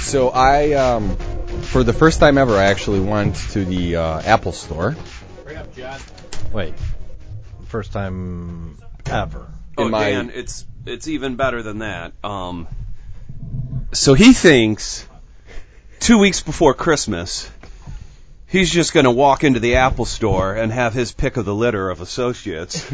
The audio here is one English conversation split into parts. So I, um, for the first time ever, I actually went to the uh, Apple Store. Hurry up, John. Wait, first time ever. In oh, my- Dan, it's it's even better than that. Um, so he thinks two weeks before Christmas, he's just going to walk into the Apple Store and have his pick of the litter of associates.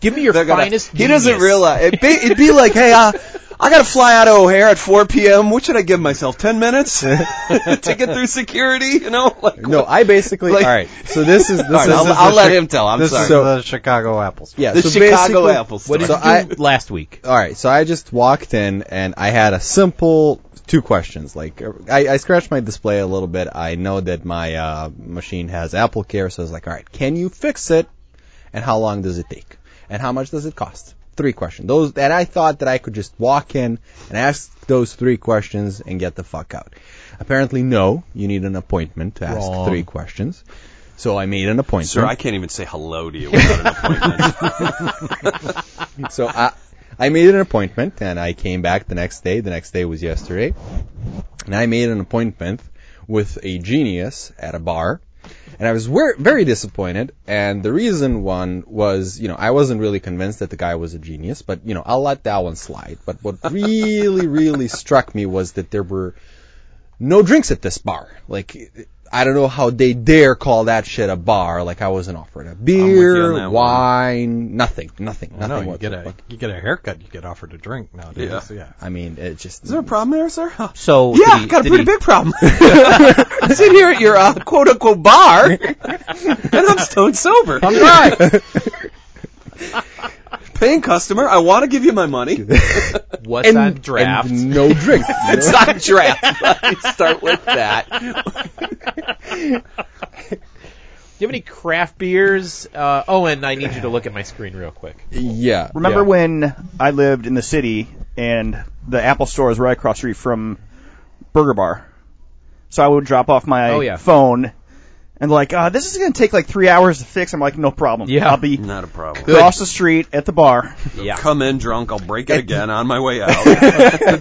Give me your They're gonna- finest. he doesn't genius. realize it'd be, it'd be like, hey, uh, I got to fly out of O'Hare at 4 p.m. What should I give myself? Ten minutes to get through security? You know, like No, I basically. Like- all right. So this is this All right, is. I'll, the I'll let Chi- him tell. I'm this sorry. is So- the Chicago apples. yeah. the so Chicago basically- Apple What Store. did So you do? Do last week. all right, so I just walked in and I had a simple two questions. Like I, I scratched my display a little bit. I know that my uh, machine has Apple Care, so I was like, all right, can you fix it? And how long does it take? And how much does it cost? Three questions. Those that I thought that I could just walk in and ask those three questions and get the fuck out. Apparently, no. You need an appointment to ask Wrong. three questions. So I made an appointment. Sir, I can't even say hello to you without an appointment. So I, I made an appointment and I came back the next day. The next day was yesterday. And I made an appointment with a genius at a bar. And I was wer- very disappointed. And the reason one was, you know, I wasn't really convinced that the guy was a genius, but, you know, I'll let that one slide. But what really, really struck me was that there were no drinks at this bar. Like, I don't know how they dare call that shit a bar. Like, I wasn't offered a you on beer, that one. wine, nothing, nothing, nothing. No, you get whatsoever. a you get a haircut. You get offered a drink nowadays. Yeah. so yeah. I mean, it just. Is there a problem there, sir? Huh. So Yeah, I got a pretty big problem. I'm sitting here at your uh, quote unquote bar, and I'm stone sober. I'm Right. paying customer. I want to give you my money. What's on draft? and no drink. It's not a draft. Let's start with that. Do you have any craft beers? Uh, Owen, I need you to look at my screen real quick. yeah. Remember yeah. when I lived in the city and the Apple store is right across the street from Burger Bar? So I would drop off my Oh, yeah. phone and like, uh, this is going to take like three hours to fix. I'm like, no problem. Yeah. I'll be Not a problem. across the street at the bar. Yeah. Come in drunk. I'll break it again on my way out.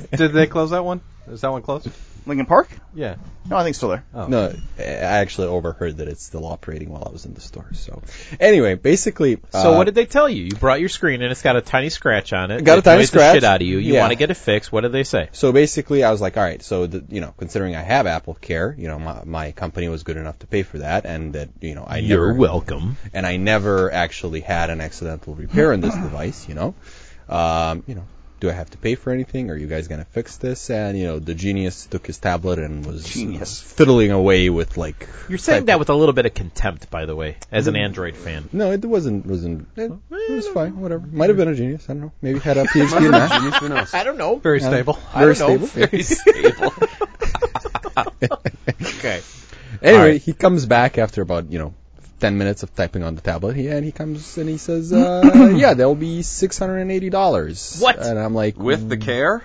Did they close that one? Is that one closed? Lincoln Park? Yeah. No, I think it's still there. No, I actually overheard that it's still operating while I was in the store. So, anyway, basically. So uh, what did they tell you? You brought your screen and it's got a tiny scratch on it. Got a It tiny annoys scratch. The shit out of you. You Yeah. want to get it fixed. What did they say? So basically, I was like, all right. So the, you know, considering I have Apple Care, you know, my, my company was good enough to pay for that, and that you know, I never welcome. and I never actually had an accidental repair on this device, you know. Um, you know, do I have to pay for anything? Are you guys gonna fix this? And you know, the genius took his tablet and was Genius. fiddling away with like. You're saying that with a little bit of contempt, by the way, as an Android fan. No, it wasn't. Wasn't it, it was fine. Whatever. Might have been a genius. I don't know. Maybe had a PhD in math. Who knows? I don't know. Very stable. I don't Very know. stable. Very Stable. okay. Anyway, All right. he comes back after about you know. 10 minutes of typing on the tablet, he, and he comes and he says, uh, Yeah, that'll be $680. What? And I'm like, With the care.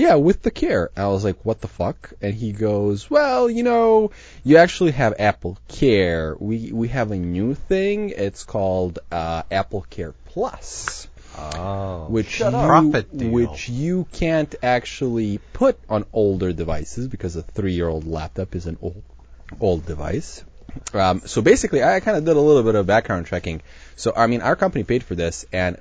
Yeah, with the care. I was like, what the fuck? And he goes, well, you know, you actually have Apple Care. We we have a new thing. It's called uh, Apple Care Plus, Oh. which you, up. Profit deal. which you can't actually put on older devices because a three-year-old laptop is an old old device. Um, so basically, I kind of did a little bit of background checking. So I mean, our company paid for this, and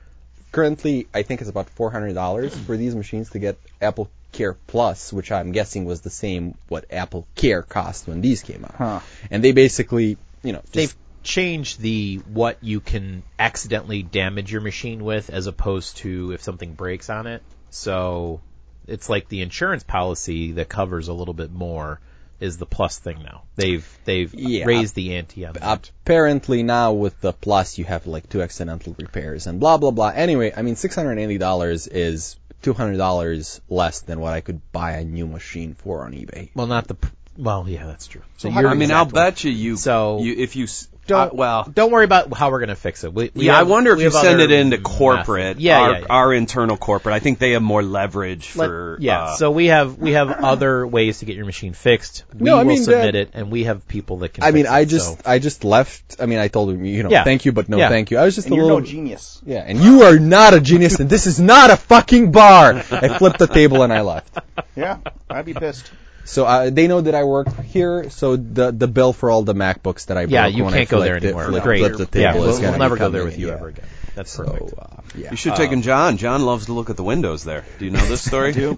currently I think it's about four hundred dollars for these machines to get Apple Care Plus, which I'm guessing was the same what Apple Care cost when these came out. Huh. And they basically, you know, They've just, changed the what you can accidentally damage your machine with as opposed to if something breaks on it. So it's like the insurance policy that covers a little bit more is the plus thing now. They've they've Yeah. raised the ante on that. apparently now with the Plus you have like two accidental repairs and blah blah blah. Anyway, I mean six hundred eighty dollars is two hundred dollars less than what I could buy a new machine for on eBay. Well, not the. pr- Well, yeah, that's true. So I mean, I'll bet you you. So- you, if you s- don't I- well- Uh, don't worry about how we're gonna fix it. We, we yeah, I have- wonder if we you have send it other into methods. corporate, Yeah, our, yeah, yeah. our internal corporate. I think they have more leverage Let- for. yeah. uh, so we have we have other ways to get your machine fixed. We No, I will mean, submit that- it, and we have people that can. I mean, fix it, I just so- I just left. I mean, I told him, you know, Yeah. thank you, but no, Yeah. thank you. I was just And a you're little no genius. yeah. And you are not a genius, and this is not a fucking bar. I flipped the table and I left. Yeah, I'd be pissed. So uh, they know that I work here. So the the bill for all the MacBooks that I yeah, broke you when I can't go there flipped it- anymore. flipped- Great. flipped the yeah, table is we'll, gonna we'll never be go there coming with you in, yeah. ever again. That's So, perfect. uh, yeah. you should take in John. John loves to look at the windows there. Do you know this story? I do.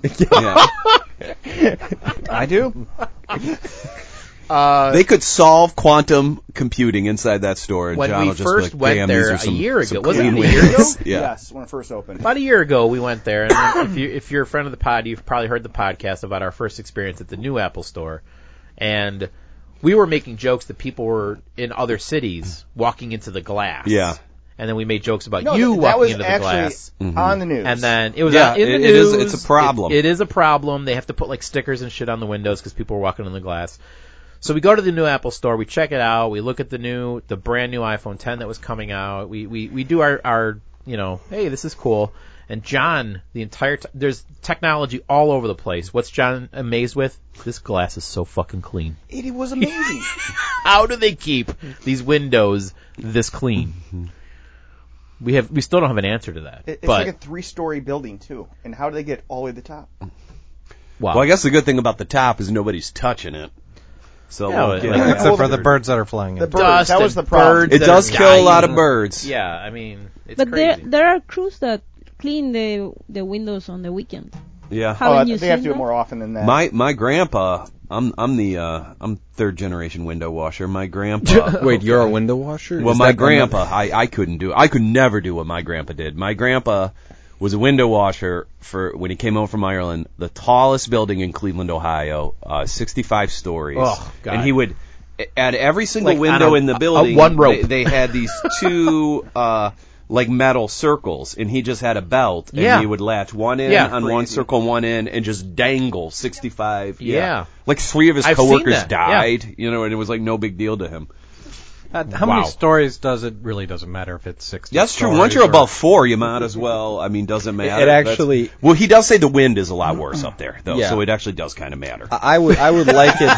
I do. Uh, They could solve quantum computing inside that store. And When John we will just be first like, went "Damn, there these are a some- year some ago- was it clean a year ago? windows." yeah. Yes, when it first opened. About a year ago, we went there, and if, you, if you're a friend of the pod, you've probably heard the podcast about our first experience at the new Apple Store, and we were making jokes that people were in other cities walking into the glass. Yeah. and then we made jokes about No, you walking that, that was into the actually glass. Mm-hmm. on the news. And then it was Yeah, out in the it- it news. is- it's a problem. It- it is a problem. They have to put like stickers and shit on the windows because people are walking on the glass. So we go to the new Apple store. We check it out. We look at the new, the brand new iPhone 10 that was coming out. We we we do our our you know, hey, this is cool. And John, the entire t- there's technology all over the place. What's John amazed with? This glass is so fucking clean. it, it was amazing. How do they keep these windows this Mm-hmm. clean? We have we still don't have an answer to that. It- it's but like a three-story building too. And how do they get all the way to the top? wow. Well, I guess the good thing about the top is nobody's touching it. So Yeah, we'll it- get like- it. Except for the birds that are flying The in. birds. That Dust was the and problem. birds. it does that are kill a lot dying. of birds. Yeah, I mean, it's But there, crazy. there are crews that clean the the windows on the weekend. Yeah. Haven't Oh, you they have to seen do it that? more often than that. My my grandpa, I'm I'm the uh, I'm third generation window washer. My grandpa. Wait, you're a window washer? Well, Is my that another- grandpa, I, I couldn't do. I could never do what my grandpa did. My grandpa was a window washer for when he came home from Ireland. The tallest building in Cleveland, Ohio, uh, 65 stories. Oh, God. And he would at every single Like window on a- in the a- a building. one rope. They, they had these two. uh, like metal circles, and he just had a belt, and Yeah. he would latch one end Yeah. on one circle, one end, and just dangle 65. Yeah. like three of his I've seen coworkers that, yeah. died, you know, and it was like no big deal to him. Uh, How Wow. many stories does it really doesn't matter if it's 60 That's true. stories Once you're or- above four, you might as well. I mean, doesn't matter. That's- actually- well, he does say the wind is a lot worse up there, though, Yeah. so it actually does kind of matter. I I would I would like it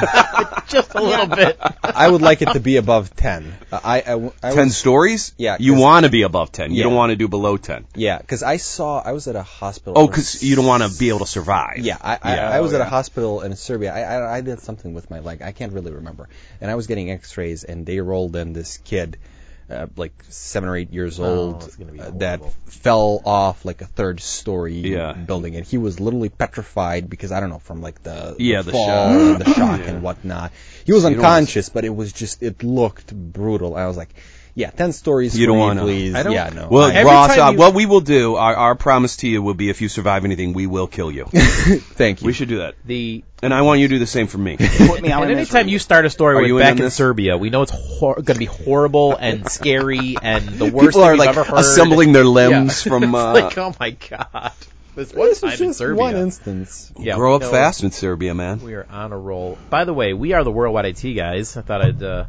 just a little bit. I would like it to be above ten. I I, I, I ten was- stories? Yeah, You 'cause- want to be above ten. You Yeah. don't want to do below ten. Yeah, because I saw I was at a hospital. Oh, because you don't want to be able to survive. Yeah, I, I, Yeah. I was Oh, at yeah. a hospital in Serbia. I, I I did something with my leg. I can't really remember. And I was getting X-rays, and they rolled in this kid, uh, like seven or eight years Oh, old, it's gonna be uh, that horrible. fell off like a third-story Yeah. building, and he was literally petrified because I don't know from like the Yeah, the fall shock. and the shock and whatnot. He was don't wanna- unconscious, but it was just it looked brutal. I was like, yeah, ten stories. for You don't me, wanna. please. I don't- yeah, no. Well, I- Ross, time uh, you- what we will do, our, our promise to you will be if you survive anything, we will kill you. thank you. we should do that. The And I want you to do the same for me. Put me out and in anytime misery. you start a story Are with you in on back in this? Serbia, we know it's hor- going to be horrible and scary and the People worst thing are we've like ever heard. assembling their limbs from. It's Uh, like, oh my god, this one This time is in just Serbia. one instance. yeah, grow up no, fast in Serbia, man. We are on a roll. By the way, we are the Worldwide IT guys. I thought I'd uh,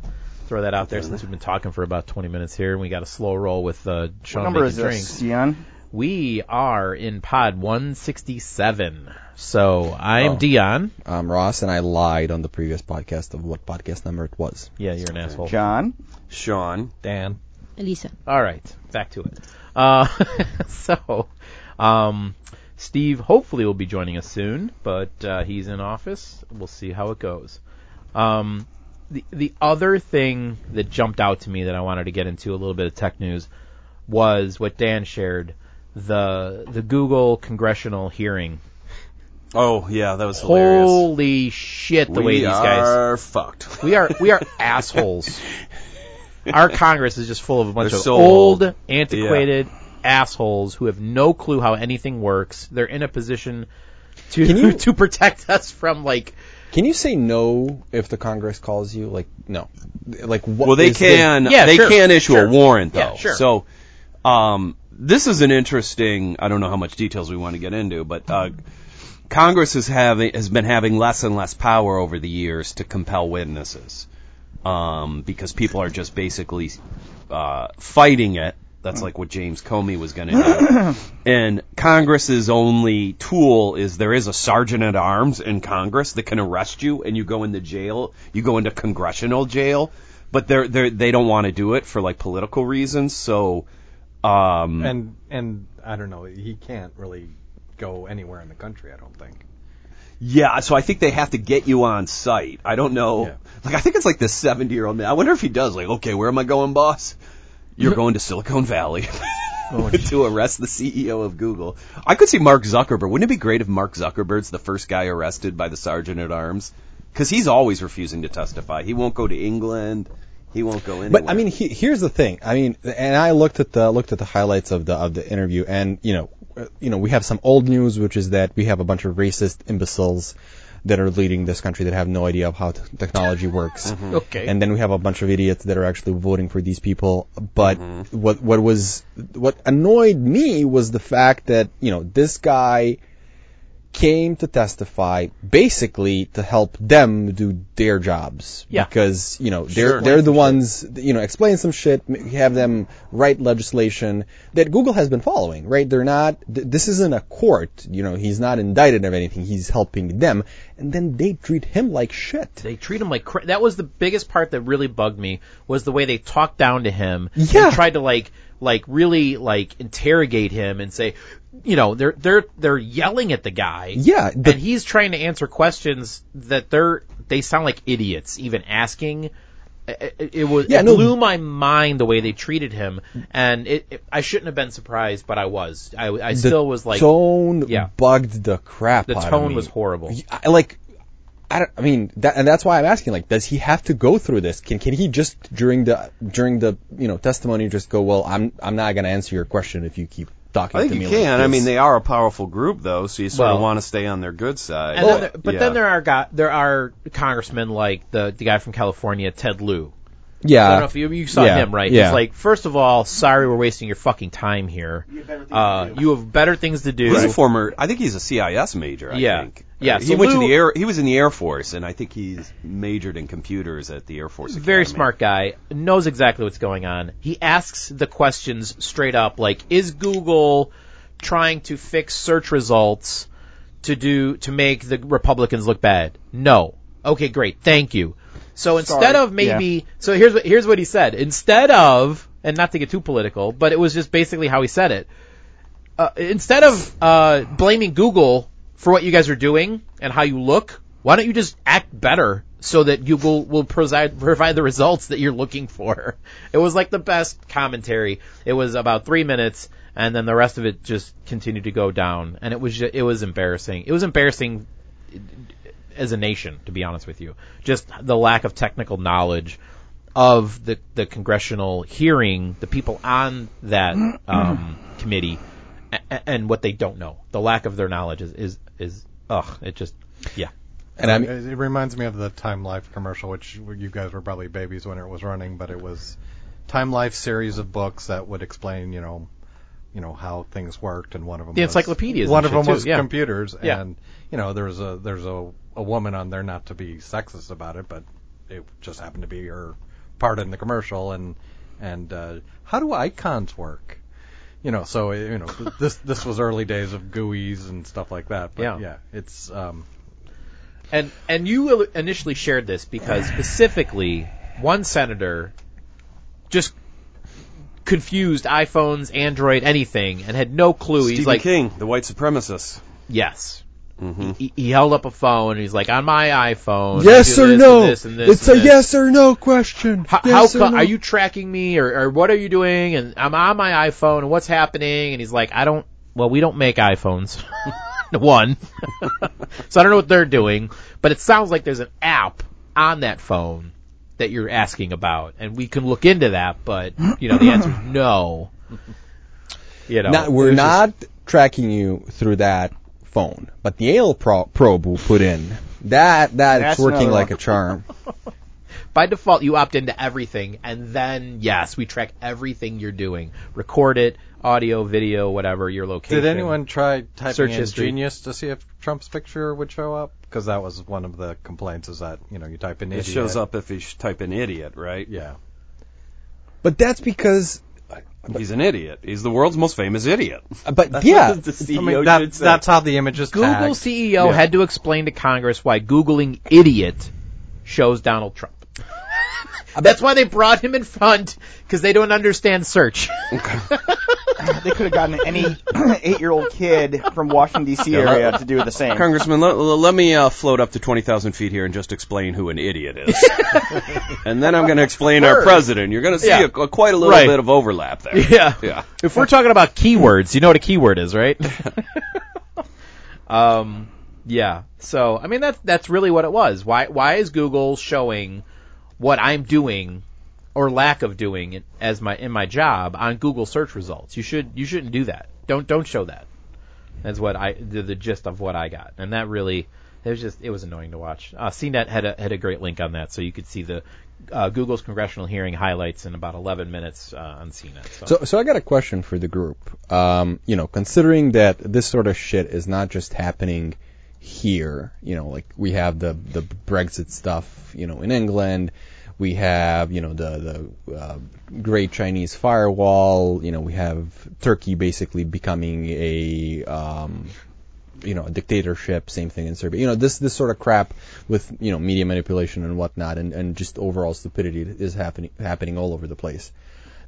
throw that out there since we've been talking for about 20 minutes here, and we got a slow roll with uh, Sean What number making is drinks. this, Dion? We are in pod 167. So I am Dion. um, Ross and I lied on the previous podcast of what podcast number it was. Yeah, you're an asshole. John. Sean. Dan. Elisa. All right, back to it. Uh, so, um, Steve hopefully will be joining us soon, but uh, he's in office. We'll see how it goes. Um, the the other thing that jumped out to me that I wanted to get into a little bit of tech news was what Dan shared the the Google congressional hearing. Oh, yeah, that was hilarious. Holy shit! The we way these guys are fucked. We are we are assholes. Our Congress is just full of a bunch They're of so old, old. antiquated assholes who have no clue how anything works. They're in a position to Can you- to protect us from like Can you say no if the Congress calls you? Like no, like what? Well, they is the- can. Yeah, they sure, can issue sure. a warrant though. Yeah, sure. So, um, this is an interesting. I don't know how much details we want to get into, but uh, Congress is having has been having less and less power over the years to compel witnesses. um, because people are just basically uh, fighting it. That's like what James Comey was going to do. and Congress's only tool is there is a sergeant at arms in Congress that can arrest you, and you go into jail. You go into congressional jail, but they're, they're they don't want to do it for like political reasons. So. Um, And and I don't know. He can't really go anywhere in the country. I don't think. Yeah, so I think they have to get you on site. I don't know. Yeah. Like I think it's like this seventy year old man. I wonder if he does. Like, okay, where am I going, boss? You're going to Silicon Valley to arrest the CEO of Google. I could see Mark Zuckerberg. Wouldn't it be great if Mark Zuckerberg's the first guy arrested by the sergeant at arms? Because he's always refusing to testify. He won't go to England. He won't go anywhere. But I mean, he, here's the thing. I mean, and I looked at the looked at the highlights of the of the interview, and you know, uh, you know, we have some old news, which is that we have a bunch of racist imbeciles that are leading this country that have no idea of how t- technology works. Mm-hmm. Okay. And then we have a bunch of idiots that are actually voting for these people. But Mm-hmm. what what was what annoyed me was the fact that you know this guy came to testify basically to help them do their jobs Yeah. because you know they're they're the ones you know explain some shit m- have them write legislation that Google has been following right they're not th- this isn't a court you know he's not indicted of anything he's helping them and then they treat him like shit They treat him like cra- that was the biggest part that really bugged me was the way they talked down to him Yeah. and tried to like like really like interrogate him and say, you know, they're they're they're yelling at the guy. yeah the- and he's trying to answer questions that they're they sound like idiots even asking. It, it- it was Yeah, it no. blew my mind the way they treated him, and it, it I shouldn't have been surprised, but I was. I, I the still was like tone Yeah. bugged the crap the out of tone me. was horrible. I, like I, don't, I mean that, and that's why I'm asking like does he have to go through this can can he just during the during the you know testimony just go well I'm I'm not going to answer your question if you keep talking I think to you me can. like I this." mean, they are a powerful group, though, so you sort Well- of want to stay on their good side. Oh, And then there, but then there are guy, there are congressmen like the the guy from California, Ted Lieu. yeah I don't know if you, you saw Uh, yeah, him, right? yeah. He's like, first of all, sorry we're wasting your fucking time here. Uh, you have better things to do. He's a former. I think he's a CIS major. I Yeah. think. Uh, Yeah, He so went to Lou- the air. He was in the Air Force, and I think he's majored in computers at the Air Force. very Academy. smart guy, knows exactly what's going on. He asks the questions straight up, like, is Google trying to fix search results to do to make the Republicans look bad? No. Okay, great. Thank you. So instead of maybe, so here's what here's what he said. Instead of, and not to get too political, but it was just basically how he said it. Uh, instead of uh, blaming Google for what you guys are doing and how you look, why don't you just act better so that Google will provide provide the results that you're looking for? It was like the best commentary. It was about three minutes, and then the rest of it just continued to go down, and it was ju- it was embarrassing. It was embarrassing as a nation, to be honest with you. Just the lack of technical knowledge of the, the congressional hearing, the people on that um, committee, a- a- and what they don't know. The lack of their knowledge is, is, is ugh, it just, yeah. and I mean It, it reminds me of the Time Life commercial, which you guys were probably babies when it was running, but it was Time Life series of books that would explain, you know, you know how things worked, and one of them The was, encyclopedias and One of shit, them too, was yeah. computers, Yeah. and you know there's a there's a a woman on there not to be sexist about it, but it just happened to be her part in the commercial, and and uh, how do icons work? You know, so you know this this was early days of GUIs and stuff like that. But Yeah. yeah, it's um, And, and you initially shared this because specifically one senator just confused iPhones, Android, anything, and had no clue. Stephen He's like, King, the white supremacist. Yes. Mm-hmm. He, he held up a phone and he's like, "On my iPhone." I yes do or this no and this and this it's and a this. yes or no question How, Yes how or co- no. are you tracking me or, or what are you doing? And I'm on my iPhone and what's happening? And he's like, "I don't. Well, we don't make iPhones. One. so I don't know what they're doing, but it sounds like there's an app on that phone that you're asking about, and we can look into that. But you know, the answer is no. You know, Not- it we're was just- not tracking you through that phone but the ale pro- probe we put in that that's That's working another like one. a charm By default, you opt into everything, and then yes, we track everything you're doing, record it, audio, video, whatever your location. Did anyone try typing Search in history. genius to see if Trump's picture would show up? 'Cause because that was one of the complaints is that you know you type in It idiot. shows up if you sh- type in idiot, right? Yeah. But that's because, He's an idiot. He's the world's most famous idiot. uh, but yeah, the I CEO E mean, that, that's how the image is Google tagged. CEO Yeah. had to explain to Congress why Googling idiot shows Donald Trump. That's why they brought him in front because they don't understand search. They could have gotten any eight-year-old kid from Washington D.C. area to do the same. Congressman, let, let me uh, float up to 20,000 feet here and just explain who an idiot is. and then I'm going to explain our president. You're going to see Yeah. a, a- quite a little Right. bit of overlap there. Yeah. Yeah. If we're talking about keywords, you know what a keyword is, right? um, yeah. So, I mean, that's that's really what it was. Why why is Google showing what I'm doing or lack of doing in- as my in my job on Google search results? You should you shouldn't do that. Don't don't show that. That's what I the, the gist of what I got, and that really it was just it was annoying to watch. Uh, CNET had a had a great link on that, so you could see the uh, Google's congressional hearing highlights in about 11 minutes uh, on CNET. So. So, so I got a question for the group. Um, you know, considering that this sort of shit is not just happening here, you know, like we have the the Brexit stuff, you know, in England, we have you know the the uh, Great Chinese Firewall, you know, we have Turkey basically becoming a um, you know, a dictatorship, same thing in Serbia. You know, this this sort of crap with you know media manipulation and whatnot, and, and just overall stupidity is happening happening all over the place.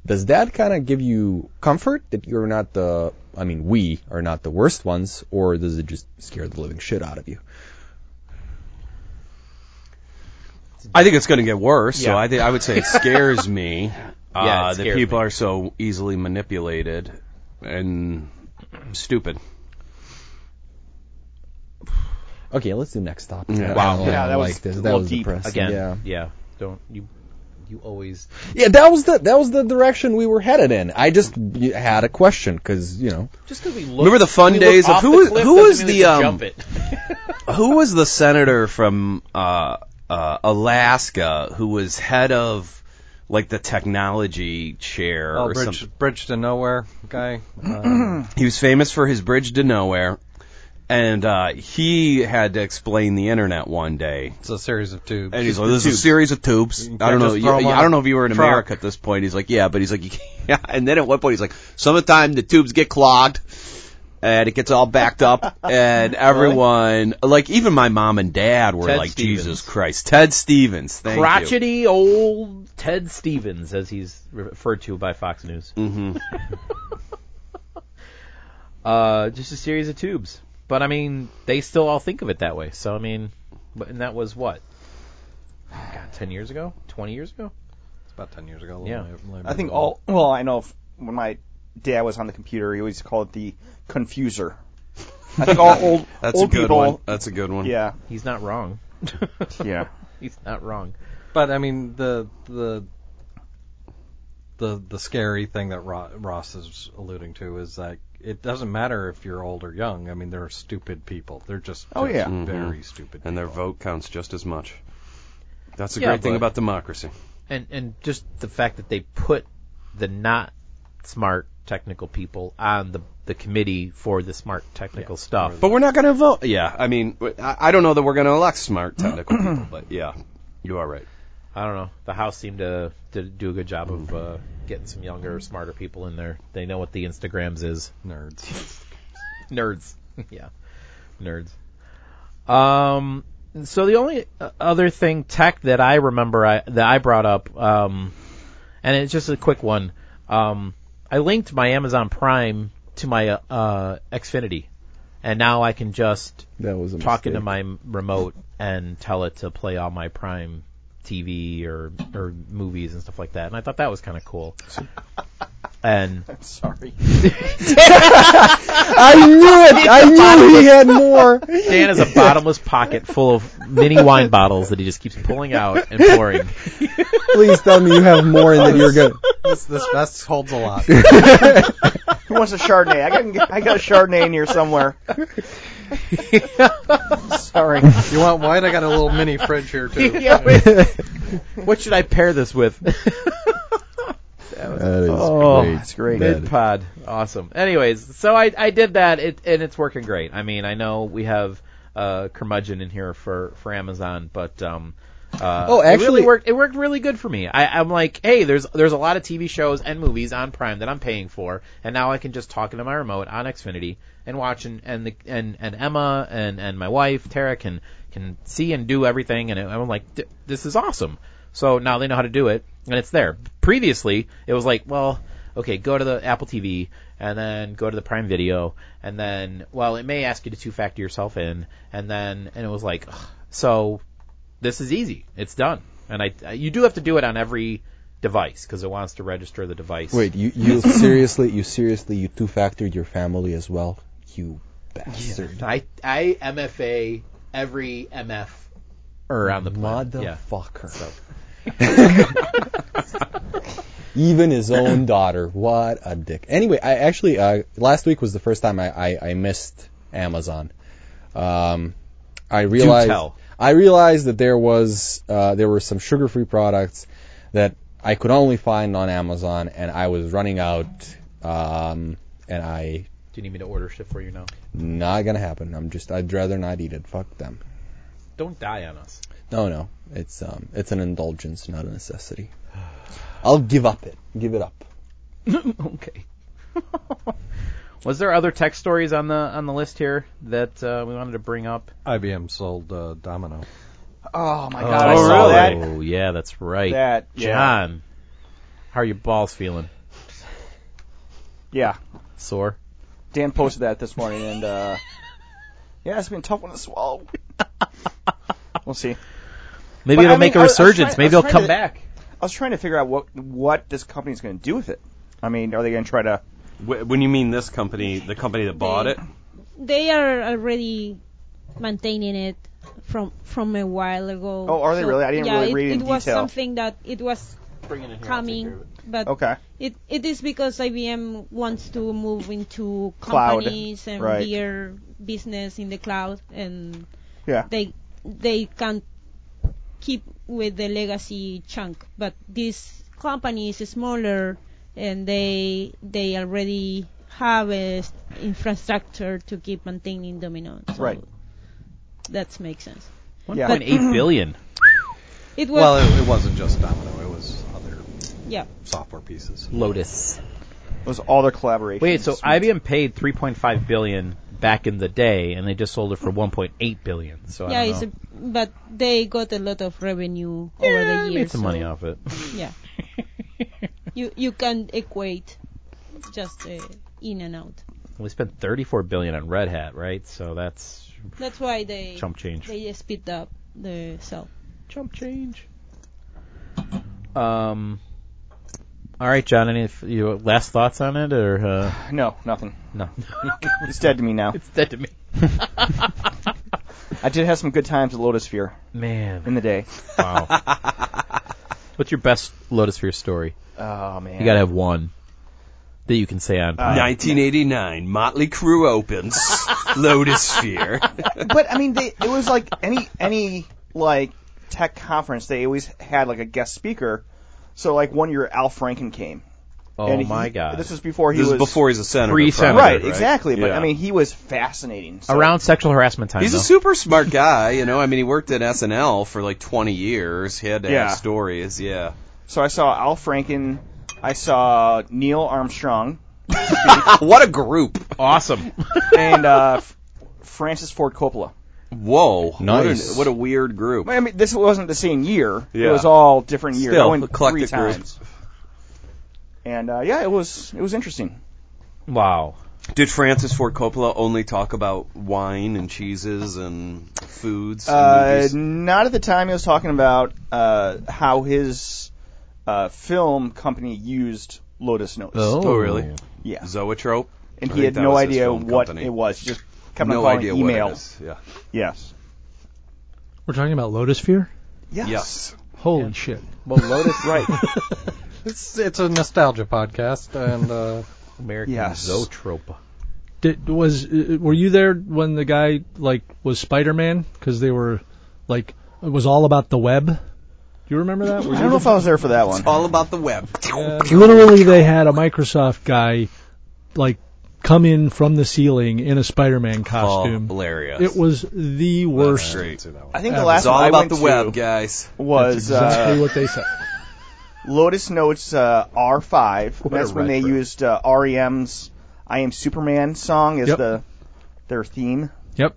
Does that kind of give you comfort that you're not the, I mean, we are not the worst ones, or does it just scare the living shit out of you? I think it's going to get worse. So Yeah. I, think I would say it scares me uh, Yeah, it that scares people me. are so easily manipulated and stupid. Okay, let's do next topic. Yeah. I don't Yeah, that like was this. a That little was deep. depressing. again. Yeah. Yeah. Don't you you always yeah, that was the that was the direction we were headed in. I just y- had a question because you know just because we look. Remember the fun we look days of off who the was- cliff who doesn't was mean the, we can um, jump it. Who was the senator from uh, uh, Alaska who was head of like the technology chair Oh, or bridge, something? bridge to nowhere guy. Um, He was famous for his bridge to nowhere, and uh, he had to explain the internet one day. it's a series of tubes. And he's like, "This is a series of tubes." You I don't can't know. just you- throw 'em on I don't a know if you were in truck. America at this point. He's like, "Yeah," but he's like, you can't- "Yeah." And then at one point, he's like, "Sometimes the tubes get clogged." And it gets all backed up, and everyone, like even my mom and dad, were Ted like, Stevens. "Jesus Christ, Ted Stevens!" Thank you. Crotchety old Ted Stevens, as he's referred to by Fox News. Mhm. Uh, just a series of tubes. But I mean, they still all think of it that way. So I mean, but, and that was what? God, ten years ago, twenty years ago. It's about ten years ago. a little Yeah. bit- little I think bit. all. Well, I know if, when my dad was on the computer, he always called it the confuser. I think all old That's old a good people. one. That's a good one. Yeah, He's not wrong. yeah. He's not wrong. But I mean the the the the scary thing that Ro- Ross is alluding to is that it doesn't matter if you're old or young. I mean, they're stupid people. They're just Oh, just yeah. very stupid. and their vote counts just as much. That's a Yeah, great thing but- about democracy. and and just the fact that they put the not smart technical people on the the committee for the smart technical stuff. But we're not going to vote. Yeah, I mean, w- I, I don't know that we're going to elect smart technical people, but yeah, you are right. I don't know. The House seemed to to do a good job of uh, getting some younger, smarter people in there. They know what the Instagrams is. Nerds. Nerds. yeah. Nerds. Um so the only uh, other thing tech that I remember I, that I brought up um and it's just a quick one. Um I linked my Amazon Prime to my uh, uh Xfinity and now I can just that was a talking to mistake. my m- remote and tell it to play all my Prime TV or or movies and stuff like that. And I thought that was kind of cool. And Sorry. I knew it. I knew he had more. Dan has a bottomless pocket full of mini wine bottles that he just keeps pulling out and pouring. Please tell me you have more and that you're good. this, this vest holds a lot. Who wants a Chardonnay? I got I got a Chardonnay in here somewhere. Sorry. You want white? I got a little mini fridge here too. what should I pair this with? That is Oh, great. that's great. That- Mid pod, awesome. Anyways, so I I did that, it, and it's working great. I mean, I know we have uh, curmudgeon in here for for Amazon, but um, uh, Oh, it really actually- worked. It worked really good for me. I, I'm like, hey, there's there's a lot of TV shows and movies on Prime that I'm paying for, and now I can just talk into my remote on Xfinity and watch and and the, and, and Emma and and my wife Tara can can see and do everything, and I'm like, "Th- this is awesome. So now they know how to do it, and it's there. Previously, it was like, well, okay, go to the Apple TV and then go to the Prime Video and then well, it may ask you to two factor yourself in and then and it was like ugh. so this is easy. It's done. And I I- you do have to do it on every device cuz it wants to register the device. Wait, you, you seriously, you seriously, you two factored your family as well? You bastard. I I MFA every MF or on the planet. Yeah. Motherfucker. Even his own daughter. What a dick. Anyway, I actually, uh, last week was the first time I, I, I missed Amazon. Um, I realized, tell. I realized that there was, uh, there were some sugar-free products that I could only find on Amazon and I was running out, um, and I, Do you need me to order shit for you now? not gonna happen. I'm just, I'd rather not eat it. Fuck them. Don't die on us. No, no. It's um, it's an indulgence, not a necessity. I'll give up it. Give it up. okay. Was there other tech stories on the on the list here that uh, we wanted to bring up? IBM sold uh, Domino. Oh my I god, I saw saw that. Oh yeah, that's right. That yeah, John, how are your balls feeling? yeah. Sore? Dan posted that this morning, and uh, yeah, it's been a tough one to swallow. we'll see. Maybe But, it'll I make a mean, I was- I was resurgence. trying- I Maybe was it'll come trying to- back. I was trying to figure out what what this company's going to do with it. I mean, are they going to try to? Wh- When you mean this company, the company that bought it, They are already maintaining it from from a while ago. Oh, are they really? I didn't yeah, really it, read it in was detail. something that it was coming, but Okay, it it is because IBM wants to move into Cloud, companies and right. their business in the cloud, and yeah, they they can't keep with the legacy chunk. But this company is smaller, and they they already have a s- infrastructure to keep maintaining Domino. So Right. That makes sense. yeah. Point eight billion. It was Well, it, it wasn't just Domino. It was other yeah. software pieces. Lotus. It was all their collaboration. Wait, so IBM paid three point five billion back in the day, and they just sold it for one point eight billion. So I Yeah, don't it's know. a, but they got a lot of revenue over Yeah, the they years. made some money so, off it. Yeah. you you can equate just uh, in and out. we spent thirty four billion on Red Hat, right? So that's That's why they chump change. they speed up the cell. Chump change. Um. All right, John. Any f- you last thoughts on it, or uh, No, nothing. no? It's dead to me now. it's dead to me. I did have some good times at Lotus Sphere in Man, the day. wow. What's your best Lotus Sphere story? Oh man, You gotta have one that you can say on. Uh, pod. 1989, Uh, Motley Crue opens Lotus Sphere. but I mean, they, it was like any any like tech conference, they always had like a guest speaker. So like one year, Al Franken came. oh and he- my god! This was before he This is was before he's a senator. Free probably, senator, Right, exactly. But Yeah. I mean, he was fascinating. so- around sexual harassment time. He's a though. super smart guy, you know. I mean, he worked at SNL for like 20 years. He had to Yeah. have stories, yeah. So I saw Al Franken. I saw Neil Armstrong Ah, what a group! awesome. and uh, F- Francis Ford Coppola. Whoa, What, an- Nice. what a weird group. I mean, this wasn't the same year. It Yeah. was all different years. I Still, went three eclectic group. times. And uh, yeah, it was it was interesting. wow. Did Francis Ford Coppola only talk about wine and cheeses and foods? and Uh, movies? not at the time he was talking about uh, how his uh, film company used Lotus Notes. Oh, really? yeah. Zoetrope. And I he think had that no was his idea film what company. it was. He just kept on no calling idea it email. what it is. Yeah. Yes. We're talking about Lotus Fear? Yes. Yes. Holy shit. Well, Lotus, right? It's it's a nostalgia podcast, and uh, American Yes. Zoetrope. Did, was uh, were you there when the guy like was Spider-Man because they were like it was all about the web? Do you remember that? Were I you don't know if I was there for that one. All about the web. Yeah, literally they had a Microsoft guy like come in from the ceiling in a Oh, Spider-Man costume. Hilarious. It was the worst. I Great. didn't see that one. I think That the was It's last all one I about went the to web, guys. That's was exactly uh, what they said. Lotus Notes uh, R5. What a That's when they retro. used uh, REM's "I Am Superman" song as Yep. the their theme. Yep.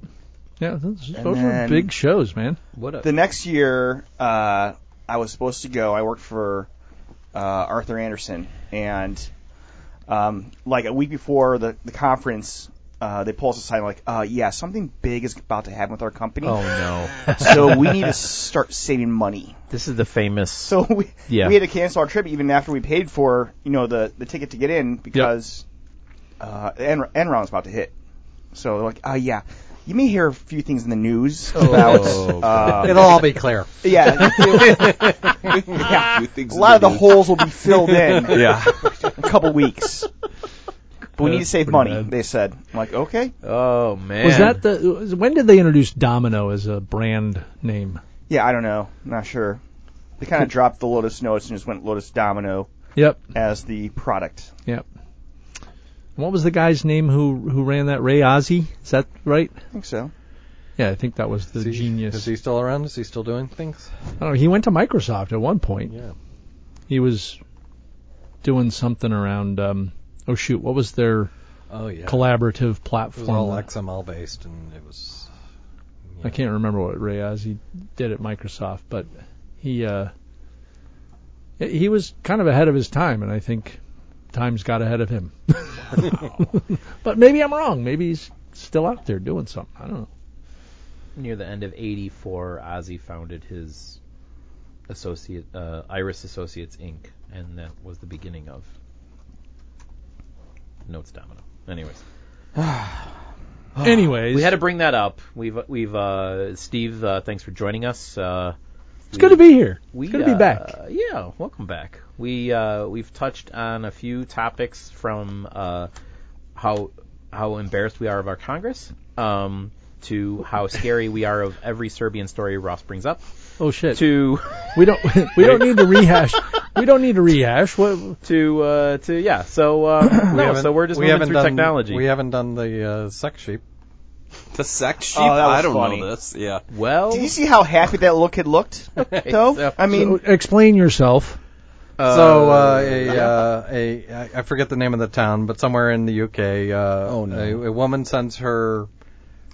Yeah, those, And those were then- big shows, man. What a The next year, uh, I was supposed to go. I worked for uh, Arthur Anderson, and um, like a week before the the conference, uh, they pull us aside like, uh, "Yeah, something big is about to happen with our company, Oh no! so we need to start saving money." this is the famous. So we Yeah. we had to cancel our trip even after we paid for you know the the ticket to get in because uh, en- Enron's about to hit. So they're like, oh yeah, you may hear a few things in the news about. um, It'll all be clear. yeah, Yeah. a lot of the holes will be filled in. yeah, a couple weeks. But we need to That's save pretty money, bad. they said. I'm like, okay, oh man! Was that the? was- When did they introduce Domino as a brand name? yeah, I don't know, not sure. They kind of dropped the Lotus Notes and just went Lotus Domino Yep. as the product. Yep. And What was the guy's name who who ran that? Ray Ozzie? Is that right? I think so. Yeah, I think that was the Is he- Is genius. he still around? Is he still doing things? I don't know. He went to Microsoft at one point. Yeah. He was doing something around. Um, oh shoot, what was their Oh yeah. collaborative It was all platform? XML based, and it was. I can't remember what Ray Ozzie did at Microsoft, but he uh, he was kind of ahead of his time, and I think time's got ahead of him. but maybe I'm wrong. Maybe he's still out there doing something. I don't know. near the end of '84? Ozzy founded his associate uh, Iris Associates Inc., and that was the beginning of Notes Domino. Anyways, Ah, Anyways, we had to bring that up. We've we've uh, Steve, uh, thanks for joining us. Uh, it's good to be here. we, it's good to be uh, back. Yeah, welcome back. We uh, we've touched on a few topics from uh, how how embarrassed we are of our Congress, um, to how scary we are of every Serbian story Ross brings up, Oh shit. to We don't we don't need to rehash. We don't need to rehash. What to uh, to yeah. So uh, We no, haven't- so we're just we moving haven't through done- technology. We haven't done the uh, sex sheep. The sex sheep. Oh, that was I don't funny. know this. Yeah. well, Did you see how happy that little kid looked? Though so- I mean, explain yourself. So uh, a, uh, a I I forget the name of the town, but somewhere in the UK, uh, Oh, no. a, a woman sends her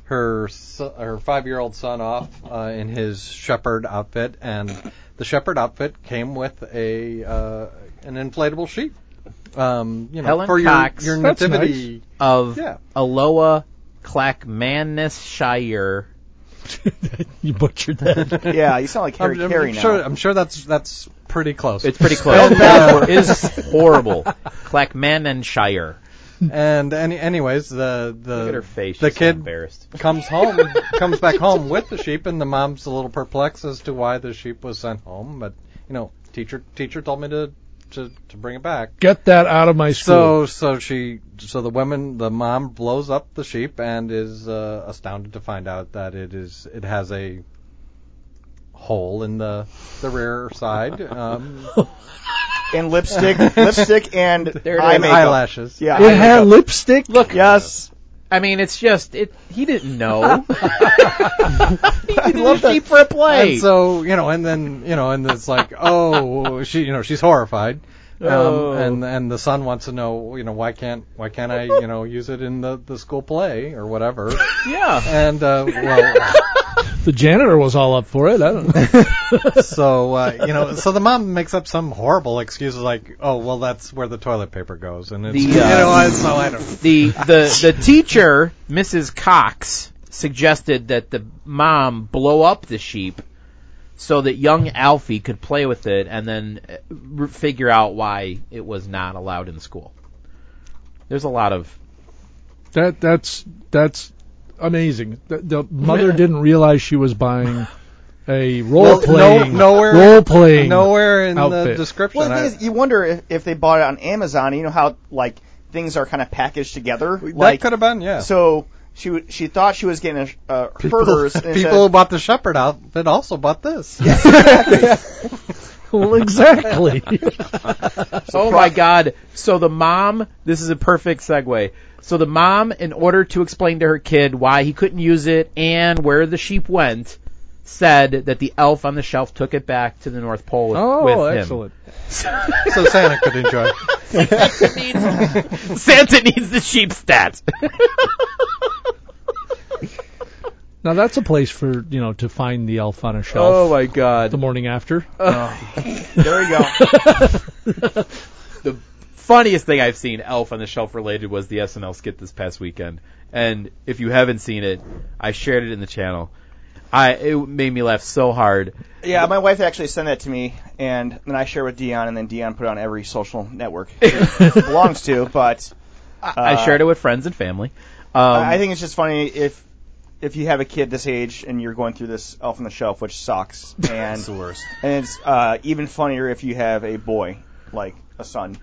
her so- her five year old son off uh, in his shepherd outfit, and the shepherd outfit came with a uh, an inflatable sheep. Um, you know, Helen for Cox. your your That's nativity. of Yeah. Aloha Clackmannishire. you butchered that. yeah, you sound like Harry I'm, I'm Carey now. sure. I'm sure that's that's pretty close. It's pretty close. it is horrible. Clackmannanshire. and any, anyways, the the Look at her face. the She's so kid embarrassed. comes home, comes back home with the sheep, and the mom's a little perplexed as to why the sheep was sent home. But you know, teacher teacher told me to to, to bring it back. Get that out of my So school. so she so the woman the mom blows up the sheep and is uh, astounded to find out that it is it has a hole in the the rear side um, and lipstick, lipstick, and it eye is. and makeup. eyelashes. Yeah, eye it had makeup. lipstick. Look, Yes, I mean, it's just it. He didn't know. he didn't love that. sheep for a play. And so you know, and then you know, and it's like, oh, she, you know, she's horrified. Um, Oh. And and the son wants to know, you know, why can't why can't I, you know, use it in the the school play or whatever? yeah. And uh, well, the janitor was all up for it. I don't know. so uh, you know, so the mom makes up some horrible excuses like, oh, well, that's where the toilet paper goes, and it's The, you uh, know, I- so I don't. The the the teacher, Mrs. Cox, suggested that the mom blow up the sheep so that young Alfie could play with it and then uh, r- figure out why it was not allowed in school. There's a lot of That that's that's amazing. The, the mother didn't realize she was buying a role Well, playing no- nowhere- role playing. Nowhere in the outfit. description. well, the I- thing is, you wonder if, if they bought it on Amazon. You know how like things are kind of packaged together. that like, could have been, yeah. So she w- she thought she was getting a uh, people, herders. and it people who said, bought the shepherd outfit also bought this. well, exactly. oh my god. So the mom, this is a perfect segue. So the mom, in order to explain to her kid why he couldn't use it and where the sheep went, said that the elf on the shelf took it back to the North Pole with, Oh, with him. excellent. so Santa could enjoy. Santa needs the sheep stat. Now that's a place for you know to find the elf on a shelf. my god. the morning after. There we go. the funniest thing I've seen Elf on the Shelf related was the SNL skit this past weekend. And if you haven't seen it, I shared it in the channel. I it made me laugh so hard. Yeah, my wife actually sent that to me, and then I share with Dion, and then Dion put it on every social network it belongs to. But I shared it with friends and family. Um, I I think it's just funny if if you have a kid this age and you're going through this Elf on the Shelf, which sucks, and the worst. and it's uh, even funnier if you have a boy, like a son.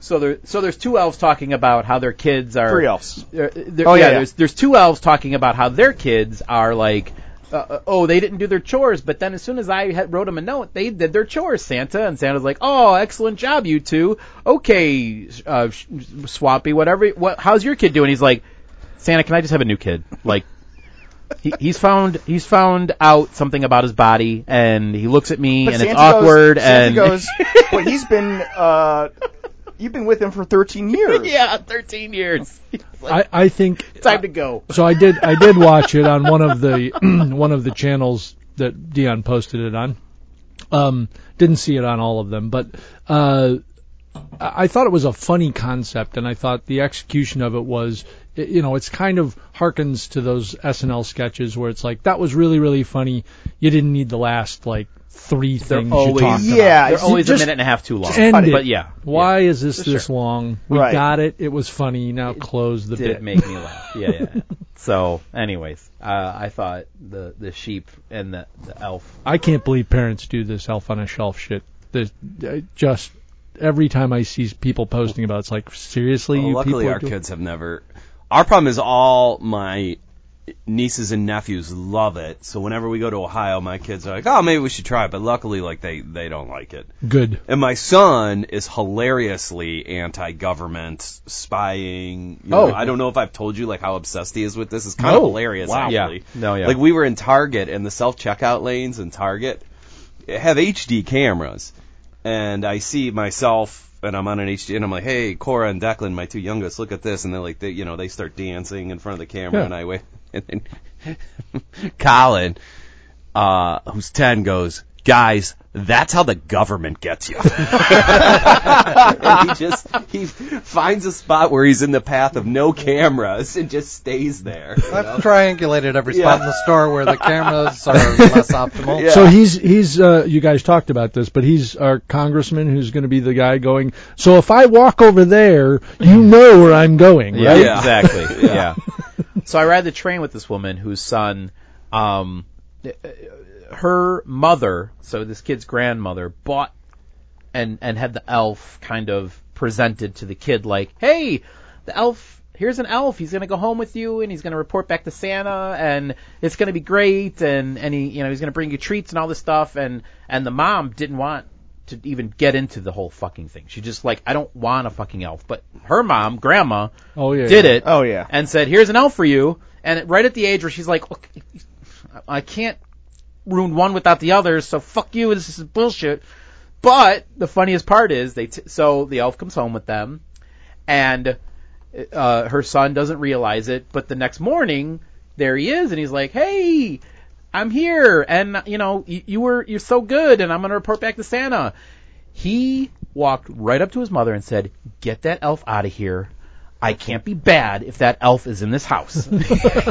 so. There, so there's two elves talking about how their kids are Three elves. There, there- Oh, yeah, yeah, yeah. There's there's two elves talking about how their kids are like, uh, uh, oh, they didn't do their chores, but then as soon as I had wrote them a note, they did their chores, Santa, and Santa's like, oh, excellent job, you two. Okay, uh, sh- Swampy, whatever. What? How's your kid doing? He's like, Santa, can I just have a new kid? Like, he, he's found he's found out something about his body, and he looks at me, But and Santa it's awkward, goes, and Santa goes, but he's been uh, you've been with him for 13 years. yeah, 13 years. I, I think Time to go. so. I did I did watch it on one of the one of the channels that Dion posted it on. Um, didn't see it on all of them, but uh, I I thought it was a funny concept, and I thought the execution of it was, y- you know, it's kind of harkens to those SNL sketches where it's like that was really really funny. You didn't need the last like three things you always- talked about. Yeah, They're you always just- a minute and a half too long. Just end it. But yeah. Why is this this long? We Right. got it. It was funny. Now close the did bit. it make me laugh. Yeah, yeah. yeah. so, anyways, uh, I thought the the sheep and the, the elf. I can't believe parents do this elf on a shelf shit. This, I just every time I see people posting about it, it's like seriously, Well, you luckily, people are our doing- kids have never. Our problem is all my nieces and nephews love it. So whenever we go to Ohio, my kids are like, "Oh, maybe we should try it." But luckily, like they they don't like it. good. And my son is hilariously anti-government spying. You Oh. know, I don't know if I've told you like how obsessed he is with this. It's kind of No. hilarious, Wow. actually. Yeah. No, yeah. Like we were in Target and the self-checkout lanes in Target have HD cameras, and I see myself. And I'm on an HD, and I'm like, "Hey, Cora and Declan, my two youngest, look at this!" And they're like, they, you know, they start dancing in front of the camera, Yeah. and I wait. And then Colin, uh, who's 10 goes, guys, that's how the government gets you. and he just, he finds a spot where he's in the path of no cameras and just stays there. you know? I've triangulated every spot Yeah. in the store where the cameras are less optimal. Yeah. So he's he's uh, you guys talked about this, but he's our congressman who's going to be the guy going. So if I walk over there, you know where I'm going, right? Mm. Yeah. exactly. yeah. So I ride the train with this woman whose son, um, her mother, so this kid's grandmother, bought and and had the elf kind of presented to the kid like, hey, the elf. Here's an elf. He's gonna go home with you, and he's gonna report back to Santa, and it's gonna be great. And and he, you know, he's gonna bring you treats and all this stuff. And and the mom didn't want to even get into the whole fucking thing. She just like, I don't want a fucking elf. But her mom, grandma, Oh yeah. did it. Oh, yeah. And said, "Here's an elf for you." And right at the age where she's like, okay, "I can't ruin one without the other, so fuck you. This is bullshit." But the funniest part is they t- so the elf comes home with them, and uh, her son doesn't realize it. But the next morning, there he is, and he's like, "Hey, I'm here, and you know, you, you were you're so good, and I'm gonna report back to Santa." He walked right up to his mother and said, "Get that elf out of here." I can't be bad if that elf is in this house.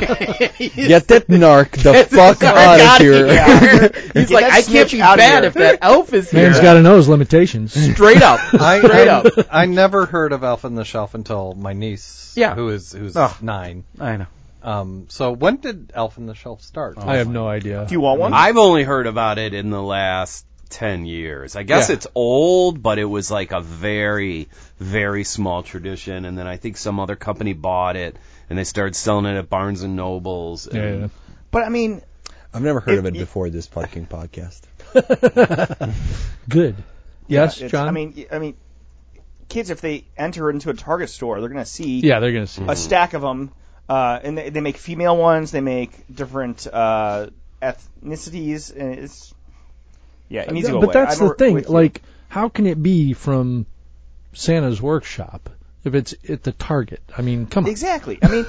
Get that narc the fuck Get out of here. He's like, that I can't snitch be outta bad here." if that elf is here. Man's got to know his limitations. Straight up, I, straight I- up. I never heard of Elf on the Shelf until my niece, Yeah. who is who's Ugh. nine. I know. Um, so when did Elf on the Shelf start? I have no idea. Do you want one? I've only heard about it in the last 10 years. I guess Yeah. it's old, but it was like a very, very small tradition. And then I think some other company bought it and they started selling it at Barnes and Nobles. Yeah, And yeah. but I mean, I've never heard of It- it it- before this fucking podcast. Good. Yes, it's- John. I mean, I mean, kids, if they enter into a Target store, they're going to see Yeah, they're gonna see. a stack of them, uh, and they, they make female ones. They make different uh, ethnicities, and it's yeah, it needs to go but away. that's I'm the r- thing. with you. Like, how can it be from Santa's workshop if it's at the Target? I mean, come on. exactly. I mean,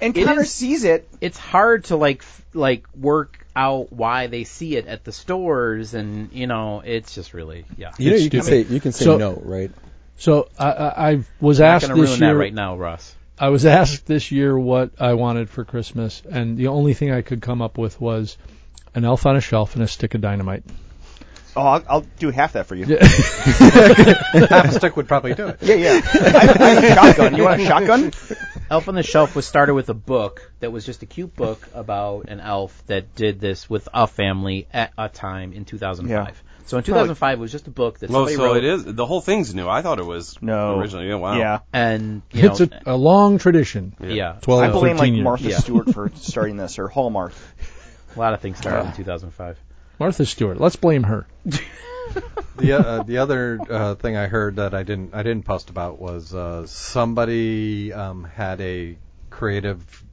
and It Connor is- sees it. it's hard to like f- like work out why they see it at the stores and you know it's just really yeah. You, know, It's you can say stupid. you can say So- no, right? So I, I, I was I'm not asked gonna this ruin year. that right now, Russ. I was asked this year what I wanted for Christmas, and the only thing I could come up with was an elf on a shelf and a stick of dynamite. Oh, I'll, I'll do half that for you. Yeah, Half a stick would probably do it. yeah. I, I have a shotgun. You want a shotgun? Elf on the Shelf was started with a book that was just a cute book about an elf that did this with a family at a time in 2005. So in 2005 it was just a book that Well, somebody so wrote it is. The whole thing's new. I thought it was No. originally. Yeah, wow. Yeah, and you it's know a, a long tradition. yeah, 12, I blame 13 like years. Martha Yeah. Stewart for starting this or Hallmark. a lot of things started in 2005. Martha Stewart. Let's blame her. The uh, the other uh, thing I heard that I didn't I didn't post about was uh, somebody um, had a creative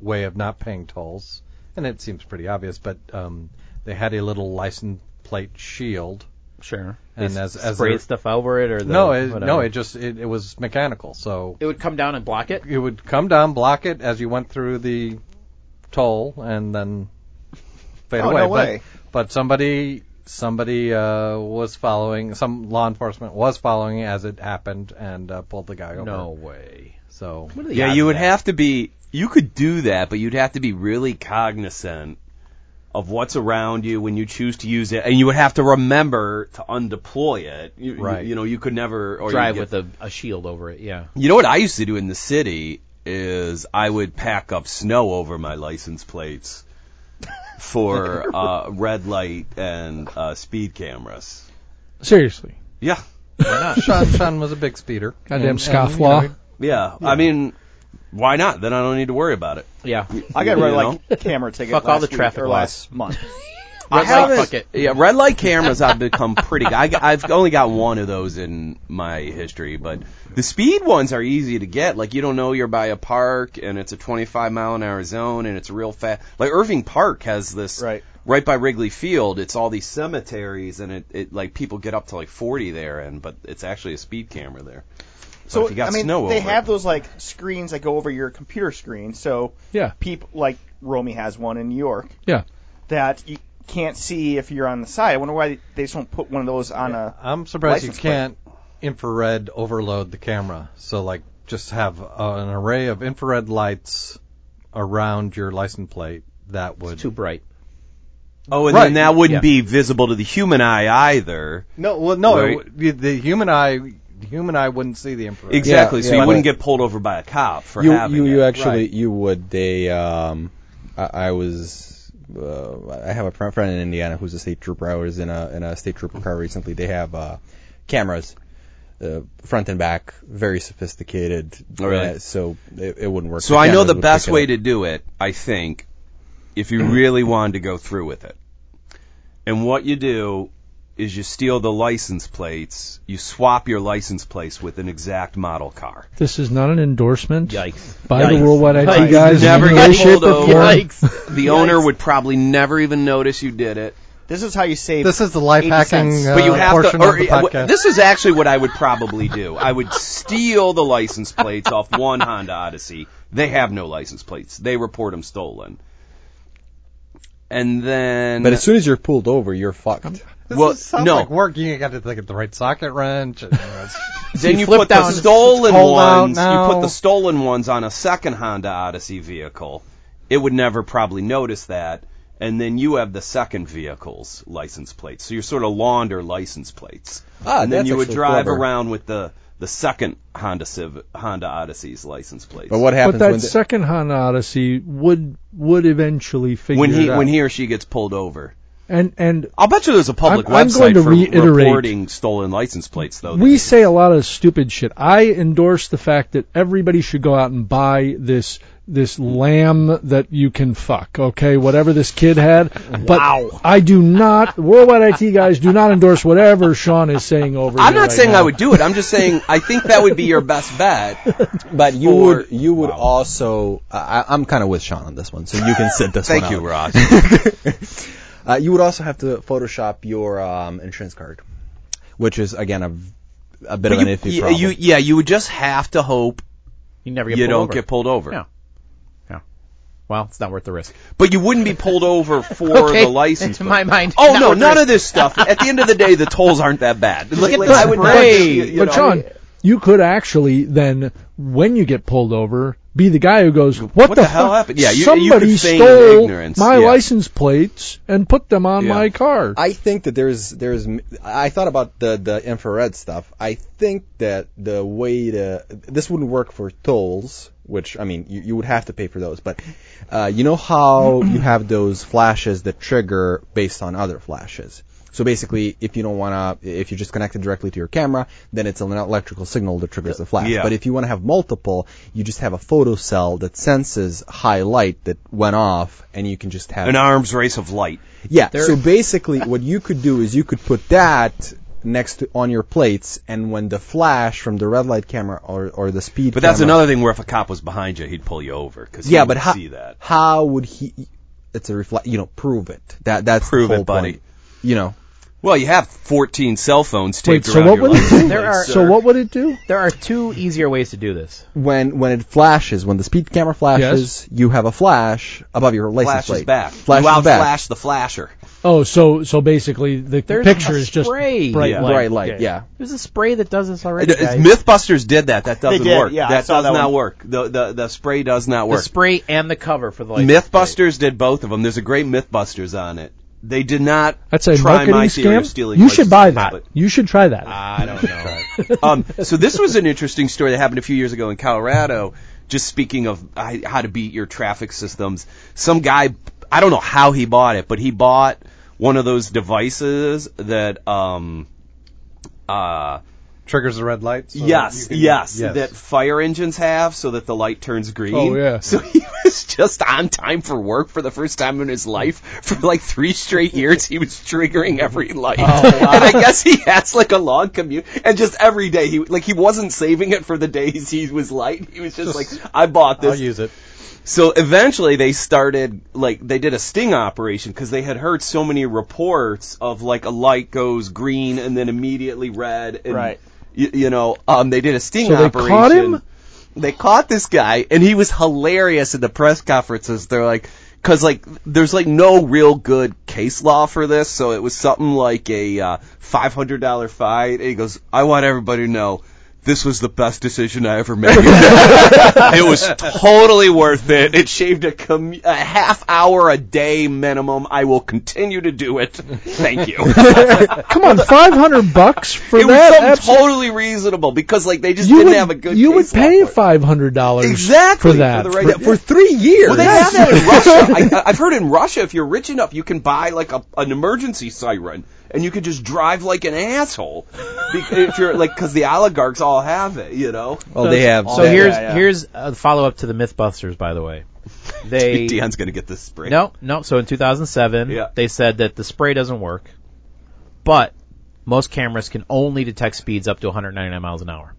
way of not paying tolls, and it seems pretty obvious, but um, they had a little license plate shield, Sure. and They as as sprayed they're- stuff over it or the, no it, no whatever. it just it, it was mechanical, so it would come down and block it. it would come down, block it as you went through the toll, and then fade Oh, away. no but, way. but somebody somebody uh, was following. Some law enforcement was following as it happened and uh, pulled the guy over. No way. So What are the Yeah, odds you of would that? have to be. You could do that, but you'd have to be really cognizant of what's around you when you choose to use it, and you would have to remember to undeploy it. You, you- Right. You, know, you could never or Drive you'd with get- a, a shield over it. Yeah. You know what I used to do in the city is I would pack up snow over my license plates for uh, red light and uh, speed cameras. Seriously. Yeah. Sean Sean was a big speeder. Goddamn And- scofflaw. And, you know, Yeah. I mean, why not? Then I don't need to worry about it. Yeah. I got You red know? like camera ticket. Fuck last all the week traffic or laws. last month. I Red light, haven't- fuck it. Yeah, red light cameras. I've become pretty. I, I've only got one of those in my history, but the speed ones are easy to get. Like you don't know you're by a park, and it's a 25 mile an hour zone, and it's real fast. Like Irving Park has this Right. right by Wrigley Field. It's all these cemeteries, and it, it like people get up to like 40 there, and but it's actually a speed camera there. So if you got I mean, snow they over have it- those like screens that go over your computer screen. So Yeah. people like Romy has one in New York Yeah. that you can't see if you're on the side. I wonder why they just don't put one of those on a. I'm surprised you License plate. can't infrared overload the camera. So like just have uh, an array of infrared lights around your license plate that would Too bright. Oh, and Right. then that wouldn't Yeah. be visible to the human eye either. No, well, no, Right. it w- the, the human eye, the human eye wouldn't see the infrared. Exactly. so yeah, you wouldn't but- get pulled over by a cop for you having you, you it. actually right. you would they um I, I was uh, I have a fr- friend in Indiana who's a state trooper. I was in a in a state trooper car recently. They have uh, cameras, uh, front and back, very sophisticated. Oh, really? Uh, so it, it wouldn't work. So I know cameras the would best pick it way up. to do it, I think, if you really wanted to go through with it. And what you do is you steal the license plates, you swap your license plates with an exact model car. This is not an endorsement Yikes. by Yikes. the Worldwide IT Yikes. guys. in Never any get way, shape, pulled or over. form. The owner would probably never even notice you did it. This is how you save. This is the life 80 hacking cents. uh, But you have portion to. Or, of the uh, podcast. this is actually what I would probably do. I would steal the license plates off one Honda Odyssey. They have no license plates. They report them stolen. And then, But as soon as you're pulled over, you're fucked. This well, is- sounds no. like work. You got to get the right socket wrench. And, you know, it's- Then you flip put the down- stolen Hold out ones. You now. put the stolen ones on a second Honda Odyssey vehicle. It would never probably notice that. And then you have the second vehicle's license plates. So you sort of launder license plates. Ah, and then that's you would actually drive clever. around with the the second Honda Civ- Honda Odyssey's license plates. But what But happens when that the- second Han Odyssey would would eventually figure when he it out. when he or she gets pulled over. And and I'll bet you there's a public I'm- I'm website going to for reiterate- reporting stolen license plates, though. we say a lot of stupid shit. I endorse the fact that everybody should go out and buy this this lamb that you can fuck, okay, whatever this kid had. But I do not worldwide IT guys do not endorse whatever Sean is saying over I'm here not right saying now. I would do it. I'm just saying I think that would be your best bet. But you Or- would you would also I, I'm kind of with Sean on this one, so you can sit this Thank one you, out. Ross. Uh, you would also have to Photoshop your um, insurance card, which is again a, a bit of an iffy you, problem. you- yeah, you would just have to hope You never get you pulled don't over. get pulled over. Yeah. Well, it's not worth the risk. But you wouldn't be pulled over for Okay, the license. to plate. my mind, Oh not no, worth none the- of this stuff. At the end of the day, the tolls aren't that bad. Like, the I would never- spray. you- you but know, Sean, you could actually then, when you get pulled over, be the guy who goes, "What, the hell fuck? happened?" Yeah, you- you could somebody feign stole ignorance, my yeah. license plates and put them on Yeah. my car." I think that there's there's I thought about the the infrared stuff. I think that the way to this wouldn't work for tolls, which I mean you, you would have to pay for those. But uh, you know how you have those flashes that trigger based on other flashes. So basically, if you don't want to, if you're just connected directly to your camera, then it's an electrical signal that triggers the flash. Yeah. But if you want to have multiple, you just have a photocell that senses high light that went off, and you can just have an arms race of light. yeah. So basically, what you could do is you could put that next to on your plates, and when the flash from the red light camera or, or the speed. But that's camera- another thing where if a cop was behind you, he'd pull you over because Yeah, would but how see that. how would he? It's a reflect. You know, prove it. That that's Prove the it, whole buddy. point. You know, Well, you have 14 cell phones Wait, taped so around what your would it license do? plate, are- sir. so what would it do? There are two easier ways to do this. when when it flashes, when the speed camera flashes, you have a flash above your license flashes plate. back. Flashes you outflash back. the flasher. Oh, so so basically, the There's picture a is just spray. bright Yeah. light. Bright light. Yeah. There's a spray that does this already. guys. MythBusters did that. That doesn't did, work. yeah, I that saw does that not one. work. The, the the spray does not the work. spray and the cover for the license plate. MythBusters did both of them. There's a great MythBusters on it. They did not That's a try marketing my Ah. theory of scam. stealing. You should buy that. licenses, You should try that. I don't know. but- um, so this was an interesting story that happened a few years ago in Colorado. Just speaking of uh, how to beat your traffic systems, some guy I don't know how he bought it, but he bought one of those devices that um uh Triggers the red lights. yes, yes, that fire engines have so that the light turns green. Oh, yeah. So he was just on time for work for the first time in his life for like three straight years. He was triggering every light, and I guess he has like a long commute. And just every day, he like he wasn't saving it for the days he was light. He was just, like, I bought I'll this. use it. So eventually they started like they did a sting operation because they had heard so many reports of like a light goes green and then immediately red. And, Right. y- you know, um, they did a sting So they operation. caught him? They caught this guy and he was hilarious at the press conferences. They're like, because like there's like no real good case law for this, so it was something like a uh, five hundred dollar fine. And he goes, I want everybody to know. This was the best decision I ever made. it was totally worth it. It shaved a, commu a half hour a day minimum. I will continue to do it. Thank you. it Come on, five hundred bucks for was that. something Absolutely. totally reasonable because like they just you didn't would, have a good. you would case law pay for it. five hundred dollars exactly for that. for the right For three years. well, they have that in Russia. I- I, I've heard in Russia, if you're rich enough, you can buy like a, an emergency siren, and you can just drive like an asshole. Be- if you're like, because the oligarchs all have it, you know. well, they have. So that. here's yeah. here's a follow up to the MythBusters, by the way. They Dan's gonna get this spray. no no. So in 2007, Yeah. they said that the spray doesn't work, but most cameras can only detect speeds up to 199 miles an hour.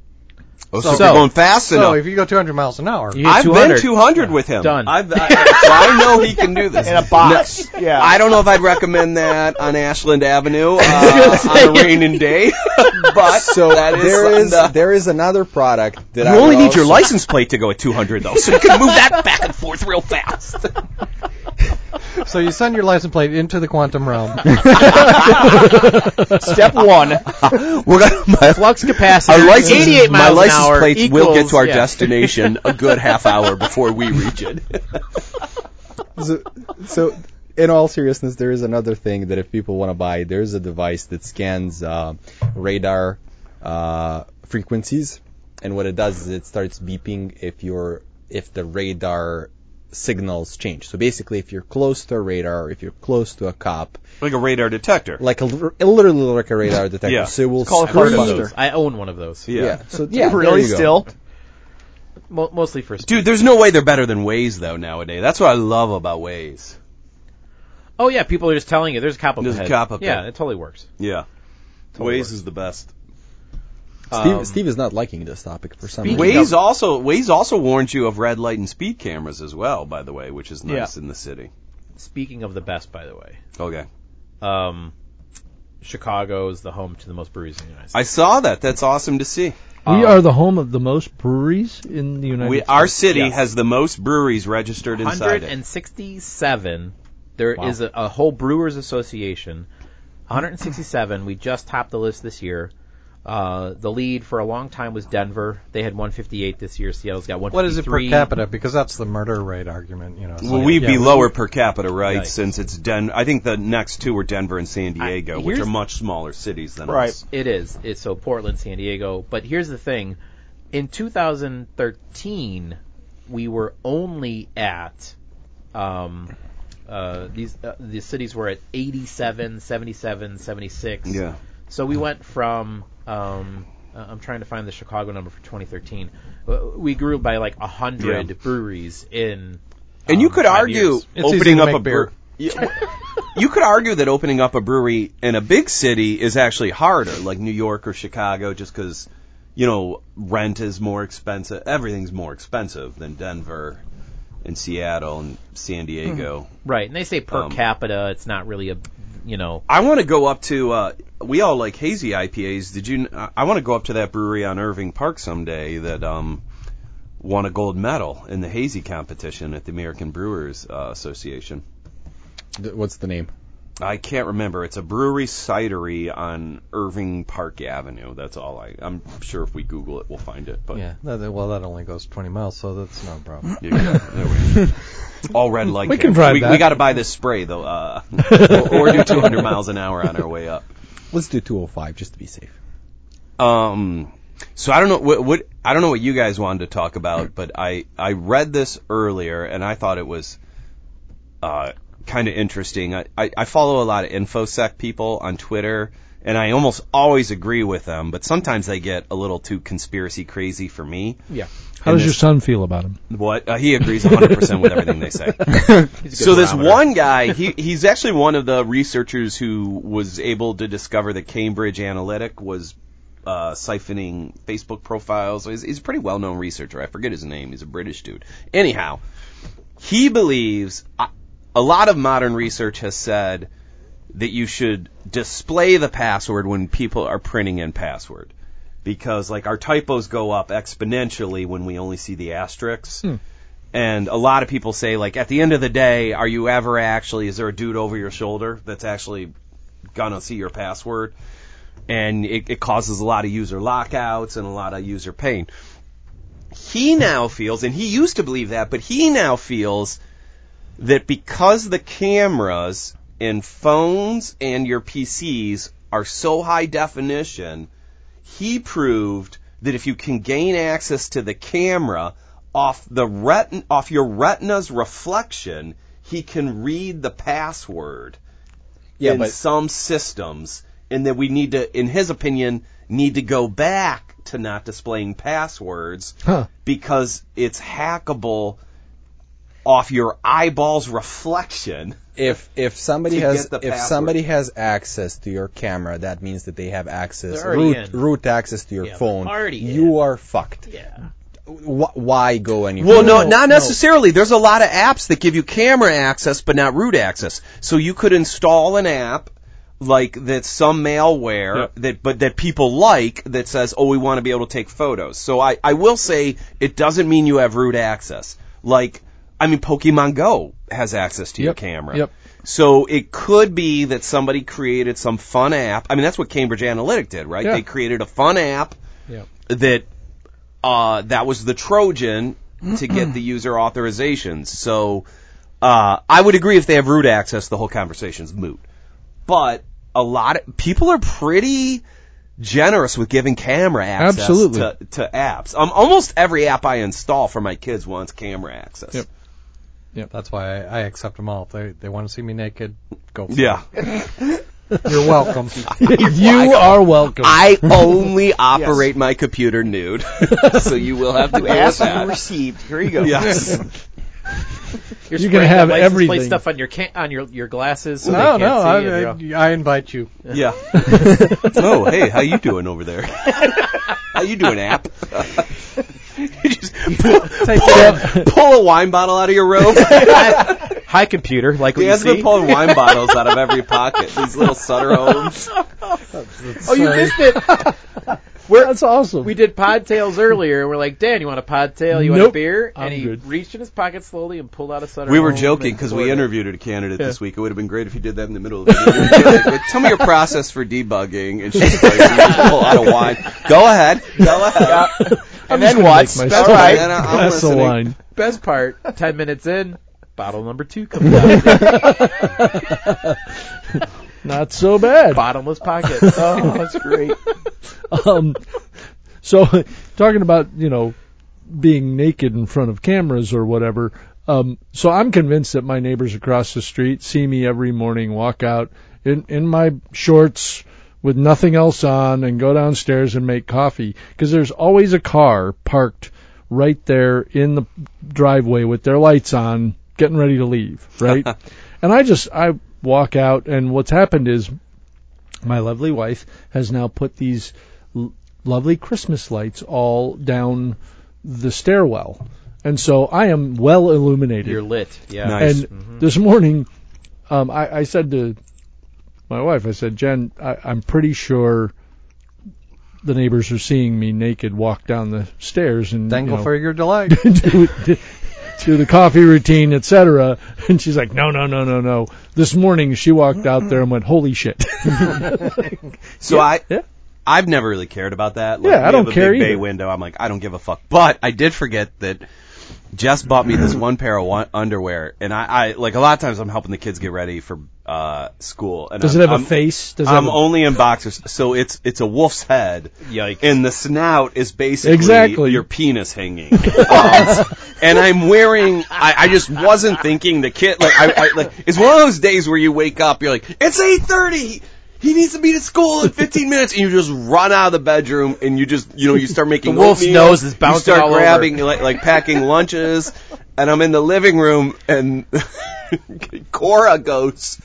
oh, so, so- if you're going fast So enough. if you go 200 miles an hour, You hit I've 200. been 200 with him. Done. I've, I, so I know he can do this. In a box. Yeah. I don't know if I'd recommend that on Ashland Avenue uh, on a rainy day, but So that is there is something to- there is another product that You I only would need your also- license plate to go at 200 though, so you can move that back and forth real fast. so you send your license plate into the quantum realm. Step one: We're gonna my, flux capacity. our license, 88 my miles license an hour plates will get equals- to our yeah. destination a good half hour before we reach it. so, so in all seriousness, there is another thing that if people want to buy, there's a device that scans uh, radar uh, frequencies, and what it does is it starts beeping if your if the radar signals change. So basically, if you're close to a radar, or if you're close to a cop, Like a radar detector. like a, literally like a radar detector, Yeah. so it will It's called a scream. cardbuster. I own one of those. Yeah. yeah. So yeah, there really you go. still. Mo- mostly for speed. Dude, there's no way they're better than Waze though nowadays. That's what I love about Waze. Oh yeah, people are just telling you there's a cop up There's a ahead. cop up Yeah, ahead. it totally works. Yeah. Totally Waze works. is the best. Steve, Um, Steve is not liking this topic for some Speaking reason. Waze also Waze also warns you of red light and speed cameras as well, by the way, which is nice in the city. Um, Speaking of the best, by the way, Okay. um, Chicago is the home to the most breweries in the United States. I saw that. That's awesome to see. we are the home of the most breweries in the United We, States. our city Yes. has the most breweries registered inside it. 167. There is Wow. a, a whole brewers association. 167. We just topped the list this year. Uh, the lead for a long time was Denver. They had 158 this year. Seattle's got 153. What is it per capita? Because that's the murder rate argument, you know. it's Well, like, we'd yeah, be lower per capita, right? Right. Since it's Den. I think the next two were Denver and San I- Diego, which here's- are much smaller cities than Right. us. It is. It's so Portland, San Diego. But here's the thing: in 2013, we were only at um, uh, these uh, the cities were at 87, 77, 76. Yeah. So we went from um, uh, I'm trying to find the Chicago number for 2013. Uh, We grew by like hundred Yeah. breweries in. um, And you could five argue years. It's easy Um, opening to up make a beer. brewery. you could argue that opening up a brewery in a big city is actually harder, like New York or Chicago, just because you know rent is more expensive. Everything's more expensive than Denver and Seattle and Hmm. San Diego. Right, and they say per Um, capita. It's not really a, you know, I want to go up to. Uh, we all like hazy IPAs. Did you? I- I want to go up to that brewery on Irving Park someday that um, won a gold medal in the hazy competition at the American Brewers uh, Association. Th- What's the name? I can't remember. It's a brewery cidery on Irving Park Avenue. That's all I. I'm sure if we Google it, we'll find it. But Yeah. that- well, that only goes 20 miles, so that's no problem. There you go. There we go. all red light. We can cameras. drive We, that. we got to buy this spray though, uh, or, or do 200 miles an hour on our way up. Let's do 205 just to be safe. Um, so I don't know what, what I don't know what you guys wanted to talk about, but I I read this earlier and I thought it was uh, kind of interesting. I, I I follow a lot of infosec people on Twitter, and I almost always agree with them, but sometimes they get a little too conspiracy crazy for me. yeah. How And does your this- son feel about him? What uh, he agrees 100 percent with everything they say. He's a good So this barometer. one guy, he he's actually one of the researchers who was able to discover that Cambridge Analytic was uh, siphoning Facebook profiles. He's, he's a pretty well-known researcher. I forget his name. He's a British dude. Anyhow, he believes I- a lot of modern research has said that you should display the password when people are printing in password because like our typos go up exponentially when we only see the asterisks. And a lot of people say, like, at the end of the day, are you ever actually, is there a dude over your shoulder that's actually gonna see your password? And it, it causes a lot of user lockouts and a lot of user pain. He now feels, and he used to believe that, but he now feels that because the cameras in phones and your PCs are so high definition, he proved that if you can gain access to the camera off the retin- off your retina's reflection, he can read the password Yeah, in but some systems, and that we need to, in his opinion, need to go back to not displaying passwords Huh. because it's hackable off your eyeball's reflection. if if somebody To has get the if password. somebody has access to your camera, that means that they have access They're already root, in. root access to your Yeah, they're phone. already you in. are fucked. Yeah. Wh- why go anywhere? Well, no, not necessarily. There's a lot of apps that give you camera access, but not root access. So you could install an app like that's some malware that, but that people like that says, "Oh, we want to be able to take photos." So I, I will say it doesn't mean you have root access. Like, I mean, Pokemon Go has access to your Yep. camera. Yep. So it could be that somebody created some fun app. I mean, that's what Cambridge Analytic did, right? Yeah. They created a fun app Yeah. that uh, that was the Trojan to get the user authorizations. So uh, I would agree if they have root access, the whole conversation's moot. But a lot of people are pretty generous with giving camera access Absolutely. to, to apps. Um, almost every app I install for my kids wants camera access. Yep. Yep. That's why I, I accept them all. If they they want to see me naked, go. For Yeah. it. You're welcome. you are welcome. I only operate my computer nude, so you will have to deal with Asked and that. received. Here you go. Yes. You're You can spraying have that license plate everything. stuff on your can- on your, your glasses. So no, Oh, they can't no, see and you're all- I, I, I invite you. Yeah. oh, hey, how you doing over there? How you doing, app? You just pull, pull, pull a wine bottle out of your robe. Hi, computer. Like what you Dan's see. been pulling wine bottles out of every pocket. These little Sutter homes. oh, you missed it. That's awesome. We did pod tails earlier, and we're like, Dan, you want a pod tail? You want a Nope, beer? I'm and he good. reached in his pocket slowly and pulled out a Sutter. We were Home joking and because poured we it. interviewed a candidate this week. It would have been great if you did that in the middle of the interview. Like, Tell me your process for debugging. And she's like, "You just pull out a wine. Go ahead. Go ahead. And just then gonna what? make All myself- right. Then I- I'm Glass of listening. wine. Best part, 10 minutes in, bottle number two comes out. Not so bad. Bottomless pocket. Oh, that's great. um, so talking about you know being naked in front of cameras or whatever. Um, so I'm convinced that my neighbors across the street see me every morning walk out in in my shorts with nothing else on and go downstairs and make coffee because there's always a car parked right there in the driveway with their lights on getting ready to leave right and i just i walk out and what's happened is my lovely wife has now put these l- lovely Christmas lights all down the stairwell. And so I am well illuminated. You're lit. Yeah. Nice. And this morning, um, I, I said to my wife, I said, Jen, I, I'm pretty sure the neighbors are seeing me naked walk down the stairs and Dangle you know, for your delight. do, do the coffee routine, etc. And she's like, no, no, no, no, no. This morning she walked out there and went, holy shit. So I, yeah. I've never really cared about that. Like, Yeah, I we have don't a care big bay either. window. I'm like, I don't give a fuck. But I did forget that Jess bought me this one pair of one- underwear, and I, I like a lot of times I'm helping the kids get ready for uh school. And Does I'm, it have I'm- a face? Does it I'm have a- only in boxers, so it's it's a wolf's head, Yikes. and the snout is basically Exactly. your penis hanging. Um, and I'm wearing. I, I just wasn't thinking the kid. Like, I, I like it's one of those days where you wake up, you're like, it's eight thirty. He needs to be to school in 15 minutes, and you just run out of the bedroom, and you just, you know, you start making The wolf's oatmeal, nose is You bouncing start all over. grabbing, like, like packing lunches, and I'm in the living room, and Cora goes,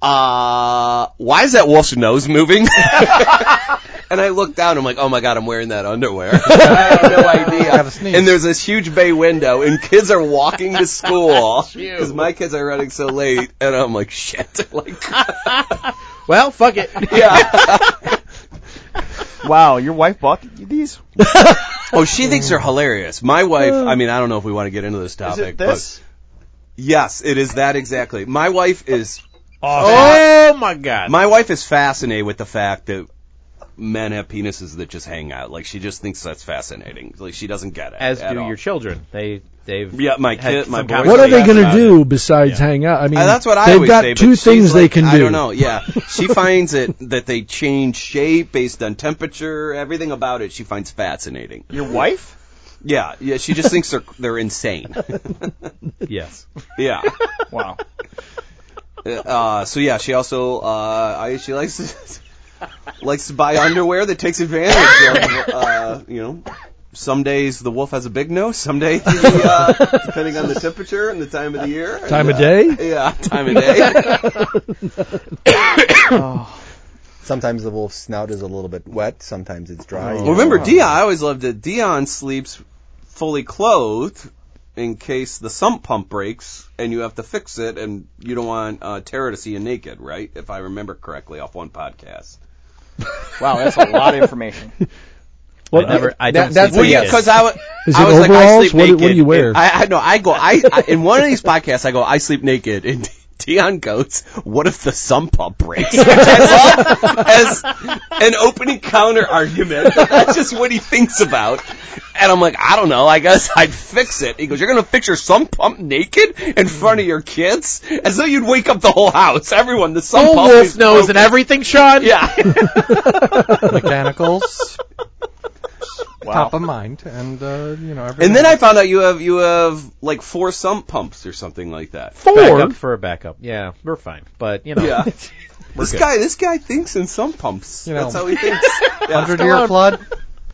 uh, why is that wolf's nose moving? and I look down, I'm like, oh my god, I'm wearing that underwear. I have no idea. I have a sneeze. And there's this huge bay window, and kids are walking to school, because my kids are running so late, and I'm like, shit. Like, Well, fuck it. yeah. Wow, your wife bought you these? Oh, she thinks they're hilarious. My wife, I mean, I don't know if we want to get into this topic. Is it this? But yes, it is that exactly. My wife is Oh, my God. My wife is fascinated with the fact that men have penises that just hang out. Like she just thinks that's fascinating. Like she doesn't get it. As at do all. your children. They they've Yeah, my had kid, my some boy. kind of- What are they Yeah, going to about do besides hang out? I mean, Uh, that's what I Mm. they've always got say, but two she's things they like- can do. I don't know. Yeah, she finds it that they change shape based on temperature. Everything about it, she finds fascinating. Your wife? Yeah, yeah. She just thinks they're they're insane. Yes. Yeah. Wow. Uh, so yeah, she also uh, I, she likes to, likes to buy underwear that takes advantage of uh, you know. Some days the wolf has a big nose. Some days, uh, depending on the temperature and the time of the year. and, Time of uh, day? Yeah, time of day. Sometimes the wolf's snout is a little bit wet. Sometimes it's dry. Well, remember, Dion. I always loved that Dion sleeps fully clothed in case the sump pump breaks and you have to fix it, and you don't want uh, Tara to see you naked, right? If I remember correctly, off one podcast. Wow, that's a lot of information. I never I That- don't that's sleep a Well, yeah, naked. because I, w- Is I it was like, I overalls? sleep What do- naked. what do you wear? I, I know. I go. I, I in one of these podcasts, I go. I sleep naked. And Dion goes, "What if the sump pump breaks?" Which I love as an opening counter argument. That's just what he thinks about. And I'm like, I don't know. I guess I'd fix it. He goes, "You're gonna fix your sump pump naked in front of your kids, as though you'd wake up the whole house. Everyone, the sump Oh, pump wolf is nose broken." and everything, Sean. Yeah. Mechanicals. top of mind, and uh, you know. And then I found out you have you have like four sump pumps or something like that. Backup for a backup. Yeah, we're fine. But you know, Yeah. we're this good. guy, this guy thinks in sump pumps. You know. That's how he thinks. hundred year flood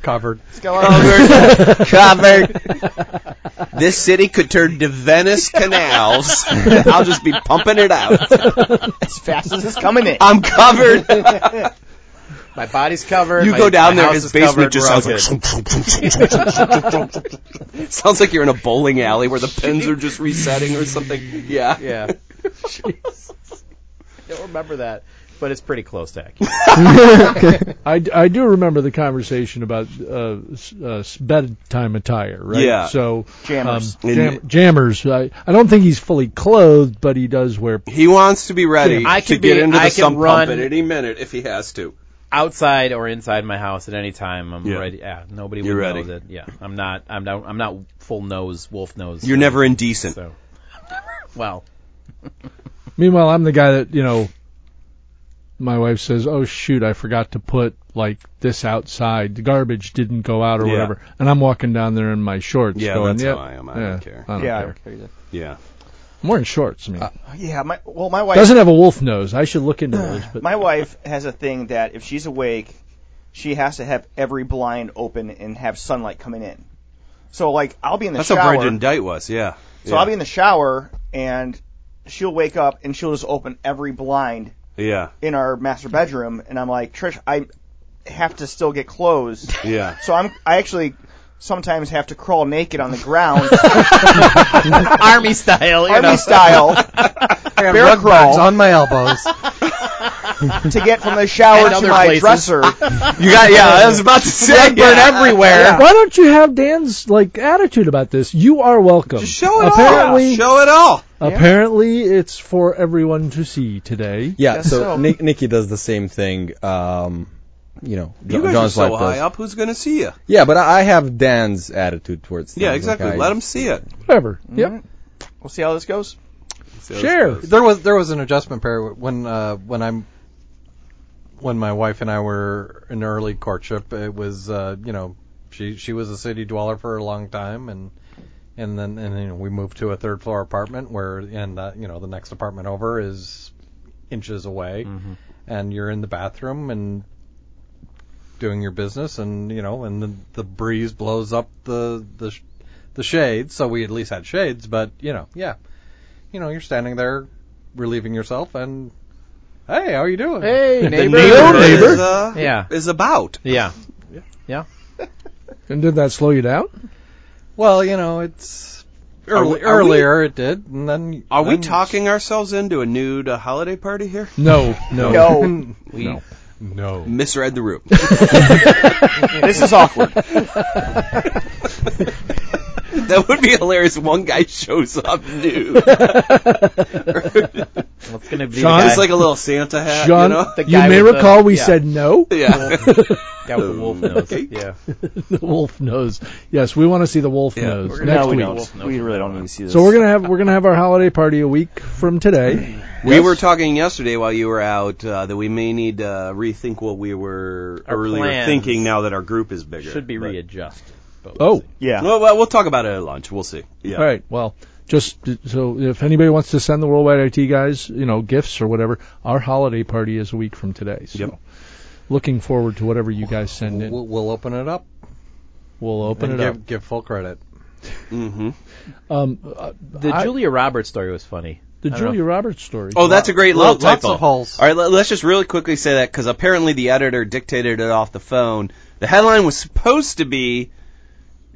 covered. Oh, covered. this city could turn to Venice canals. I'll just be pumping it out. as fast as it's coming in. I'm covered. My body's covered. You my- go down my there, house his is basement covered, just we're all sounds like sounds like you're in a bowling alley where the pins are just resetting or something. Yeah. good. Yeah. Don't remember that. but it's pretty close to accurate. I, d- I do remember the conversation about uh, s- uh, s- bedtime attire, right? Yeah. So Jammers. um, jam- jammers. I, I don't think he's fully clothed, but he does wear. He wants to be ready I to can get be- into the I can sump run- pump at any minute if he has to. Outside or inside my house at any time, I'm Yeah. ready. Yeah, nobody You're would ready. know that. Yeah, I'm not. I'm not. I'm not full nose, wolf nose. You're never indecent. So, well, Meanwhile, I'm the guy that you know. My wife says, "Oh shoot, I forgot to put like this outside. The garbage didn't go out or Yeah. whatever." And I'm walking down there in my shorts. Yeah, going, that's "Yep, how I am. I yeah, don't care. Um, Uh, I don't yeah, Oh, care. Yeah. I'm wearing shorts. I mean, yeah. My well, my wife doesn't have a wolf nose. I should look into those. But my wife has a thing that if she's awake, she has to have every blind open and have sunlight coming in. So like I'll be in the That's how shower. Bridget and Dite was, yeah. so yeah. I'll be in the shower and she'll wake up and she'll just open every blind Yeah. in our master bedroom and I'm like, Trish, I have to still get clothes. Yeah. So I'm I actually sometimes have to crawl naked on the ground army style. You know. army style bear crawl on my elbows. to get from the shower And to other my places. Ah, dresser. You got yeah, I was about to say Sunburn everywhere. Why don't you have Dan's like attitude about this? You are welcome. Just show it apparently, all. Show it all. Apparently, it's for everyone to see today. Yeah, Guess so, so. Nick, Nikki does the same thing. Um, you know, You Jo- guys John's are so wife high does. up, who's gonna see you? Yeah, but I I have Dan's attitude towards. Yeah, things, like exactly. I- Let him see it. Whatever. Mm-hmm. Yep. Mm-hmm. We'll see how this goes. See how this Sure. goes. there was there was an adjustment period when uh, when I'm when my wife and I were in early courtship. It was uh, you know she she was a city dweller for a long time and and then and then we moved to a third floor apartment where and uh, you know the next apartment over is inches away and you're in the bathroom and doing your business and you know and the, the breeze blows up the the sh- the shades so we at least had shades but you know yeah you know you're standing there relieving yourself and hey how are you doing Hey, The neighbor. neighbor neighbor. is, uh, Yeah. is about. Yeah. And did that slow you down? well you know it's Are early, we- are we- earlier it did and then Are we then- talking ourselves into a nude uh, holiday party here? No. No. No, We no misread the room. this is awkward. that would be hilarious. One guy shows up nude. What's gonna be Sean- the guy, It's like a little Santa hat, John, you know? the you guy may with the- recall we yeah. said no. Yeah. guy with the wolf nose? Okay. Yeah. The wolf nose. Yes, we want to see the wolf Yeah, nose we're next we week. don't. We really don't need to see this. So we're gonna have we're gonna have our holiday party a week from today. We were talking yesterday while you were out uh, that we may need to uh, rethink what we were Our earlier plans. thinking now that our group is bigger. Should be But- readjusted. but we'll Oh, see. yeah. Well, well, we'll talk about it at lunch. We'll see. Yeah. All right. Well, just so if anybody wants to send the worldwide IT guys, you know, gifts or whatever, our holiday party is a week from today. So Yep. looking forward to whatever you guys send in. we'll, we'll open it up We'll open and it give, up. give full credit Mm-hmm. Um, uh, The I- Julia Roberts story was funny. the I don't know. Julia Roberts story. Oh, that's a great little Lots of typo. holes. All right, let, us just really quickly say that because apparently the editor dictated it off the phone. The headline was supposed to be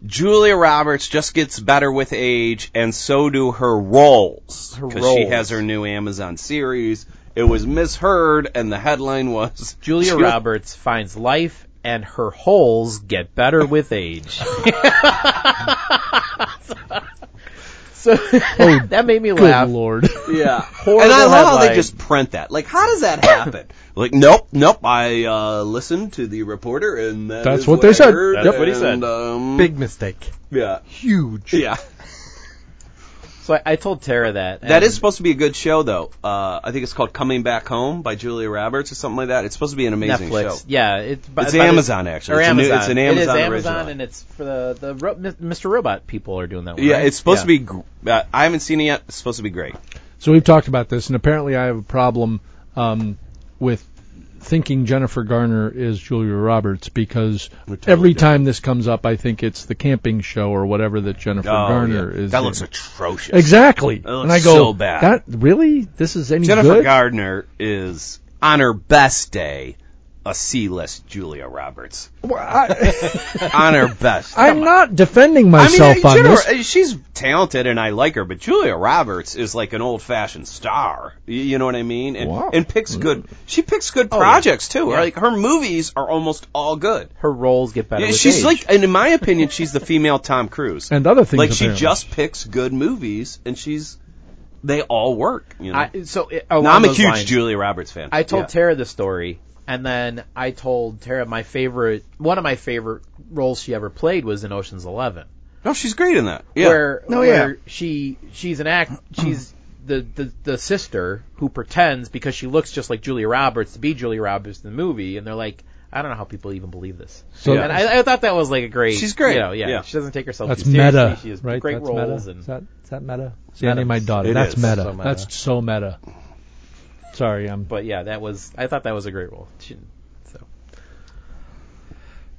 Julia Roberts just gets better with age, and so do her roles because she has her new Amazon series. It was misheard, and the headline was Julia Roberts finds life and her holes get better with age. so that made me Oh, Good laugh. lord. Yeah. Horrible and I love how they headline. just print that. Like, how does that happen? like, nope, nope. I uh, listened to the reporter, and that That's is what they I said. heard, That's what he and, said. Um, big mistake yeah, huge yeah. So I, I told Tara that. That and- is supposed to be a good show, though. Uh, I think it's called Coming Back Home by Julia Roberts or something like that. It's supposed to be an amazing Netflix. show. Yeah, it's by, It's by the- Amazon, actually. Or It's a new- Amazon. it's an It Amazon is Amazon, original. and it's for the the ro- Mi- Mr. Robot people are doing that one. Yeah, right? it's supposed to be. Gr- uh, I haven't seen it yet. It's supposed to be great. So we've talked about this, and apparently I have a problem um, with thinking Jennifer Garner is Julia Roberts because every time this comes up, I think it's the camping show or whatever that Jennifer Garner Oh, yeah. is. that in. looks atrocious. exactly. That looks and I go, so bad. That really? This is any Jennifer good? Gardner is on her best day a C-list Julia Roberts. Well, I, on her best. I'm not defending I mean, myself in on general, this. uh, she's talented and I like her, but Julia Roberts is like an old-fashioned star. Y- You know what I mean? And, Wow. Oh, and picks good. She picks good projects too. Like her movies are almost all good. her roles get better. Yeah, with she's age. like, and in my opinion, she's the female Tom Cruise. And other things. like she apparently. just picks good movies, and she's they all work. You know, I, so it, Now, along I'm a those huge lines, Julia Roberts fan. I told Yeah. Tara the story, and then I told Tara my favorite, one of my favorite roles she ever played was in Ocean's Eleven, no, she's great in that. Yeah. where No, where yeah. she she's an act, she's the, the the sister who pretends because she looks just like Julia Roberts to be Julia Roberts in the movie, and they're like. I don't know how people even believe this. So- and I, I thought that was like a great. She's great. You know, yeah, Yeah. She doesn't take herself That's too meta, seriously. She has right? great That's roles meta. and Is that is that meta? See, I meta. named my daughter. It That's is. meta. So meta. That's so meta. Sorry, I'm. But yeah, that was I thought that was a great role. She-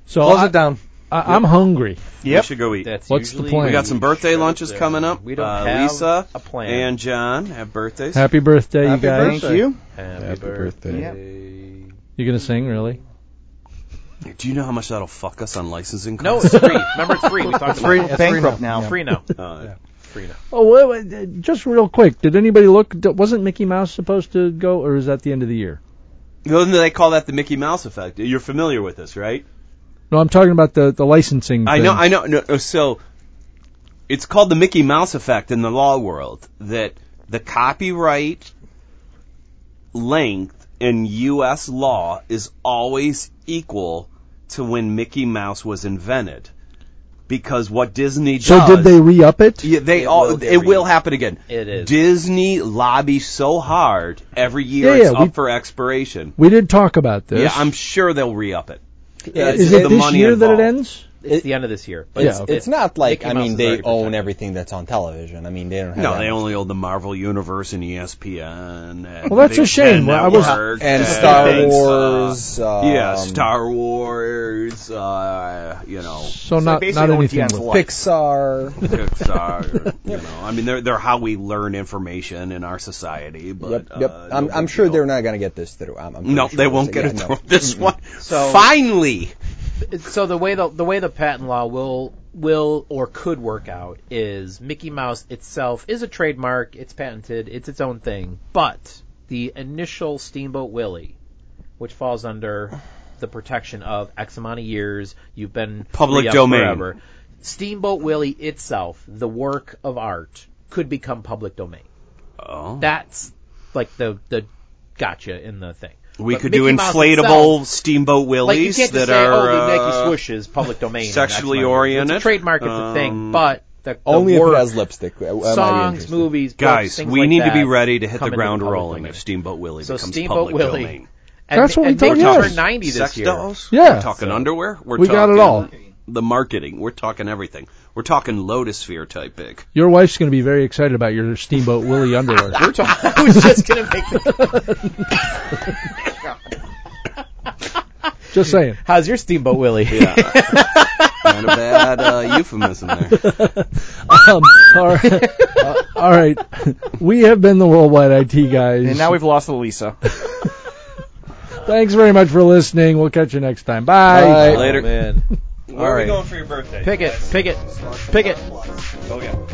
So Close I, it down. I, I'm hungry. we should go eat. That's What's the usually plan? we got some birthday Sure, lunches there. coming up. We don't uh, have Lisa a plan. and John have birthdays. Happy birthday, Happy you guys. Thank you. Happy Happy birthday. Yeah. You're gonna sing, really? Do you know how much that'll fuck us on licensing No, costs? it's free. Remember, it's free. We talked about We're it. bankrupt now. Free now. Uh, Free now. Oh, well, wait, uh, just real quick. Did anybody look? d- Wasn't Mickey Mouse supposed to go, or is that the end of the year? Doesn't they call that the Mickey Mouse effect? You're familiar with this, right? No, I'm talking about the the licensing. I know, thing. I know. No, no, so it's called the Mickey Mouse effect in the law world that the copyright length in U.S. law is always equal to when Mickey Mouse was invented, because what Disney So does. did they re-up it? Yeah, they It all. will get it will re- happen again. It is. Disney lobbies so hard every year Yeah, it's yeah, up we- for expiration. We did talk about this. Yeah, I'm sure they'll re-up it. Yeah, it's is just it the this money year that involved. it ends? It's It- the end of this year. But Yeah, it's, okay. It's not like Mickey I Mouse mean is they already own protected. everything that's on television. I mean they don't have No, that they much. only own the Marvel Universe and E ESPN. And Well, that's a Big shame. Ten Well, I was- Network and Star uh, Wars. Um, yeah, Star Wars. Uh, you know, So So, not basically not it won't anything. end with- till- Pixar. Pixar. you know, I mean, they're they're how we learn information in our society. But yep, yep. Uh, I'm, no I'm big sure deal. they're not going to get this through. I'm, I'm pretty No, sure they it's- won't get yeah, it no. through this Mm-mm. one. So- Finally, it's- so the way the the way the patent law will will or could work out is Mickey Mouse itself is a trademark. It's patented. It's its own thing. But the initial Steamboat Willie, which falls under the protection of X amount of years, you've been Public free up domain. Forever. Steamboat Willie itself, the work of art, could become public domain. oh, That's like the the gotcha in the thing. we But could Mickey do Mouse inflatable itself, steamboat like you willies can't that just say, are oh, the Nike uh, swoosh is public domain. and that's sexually my word." oriented. It's a trademark. It's a Um, thing, but the, the Only if work, it has lipstick. Am I songs, interested? movies, books, Guys, things we like need that to be ready to hit come the into ground public rolling domain. if Steamboat Willie So becomes Steamboat public Willie. domain. And, That's what we and thought, Mickey yeah. Mouse turned 90 this Sex year. dolls. Yeah. We're talking underwear. We're We got talking it all. The marketing. We're talking everything. We're talking lotusphere type big. Your wife's going to be very excited about your Steamboat Willie underwear. We're talking. I was just gonna make. The, Just saying. how's your Steamboat Willie? Not a bad uh, euphemism there. Um, all, right, Uh, all right. We have been the Worldwide IT guys. And now we've lost Elisa. Thanks very much for listening. We'll catch you next time. Bye. Later. man. Oh, Where are we right. going for your birthday? Pick it. Pick it. Pick it. Go get it.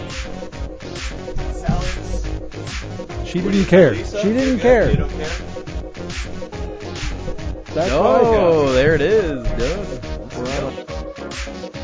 She didn't care. She Lisa? didn't Yeah, care. you don't care? That's why. Oh, there it is. Duh.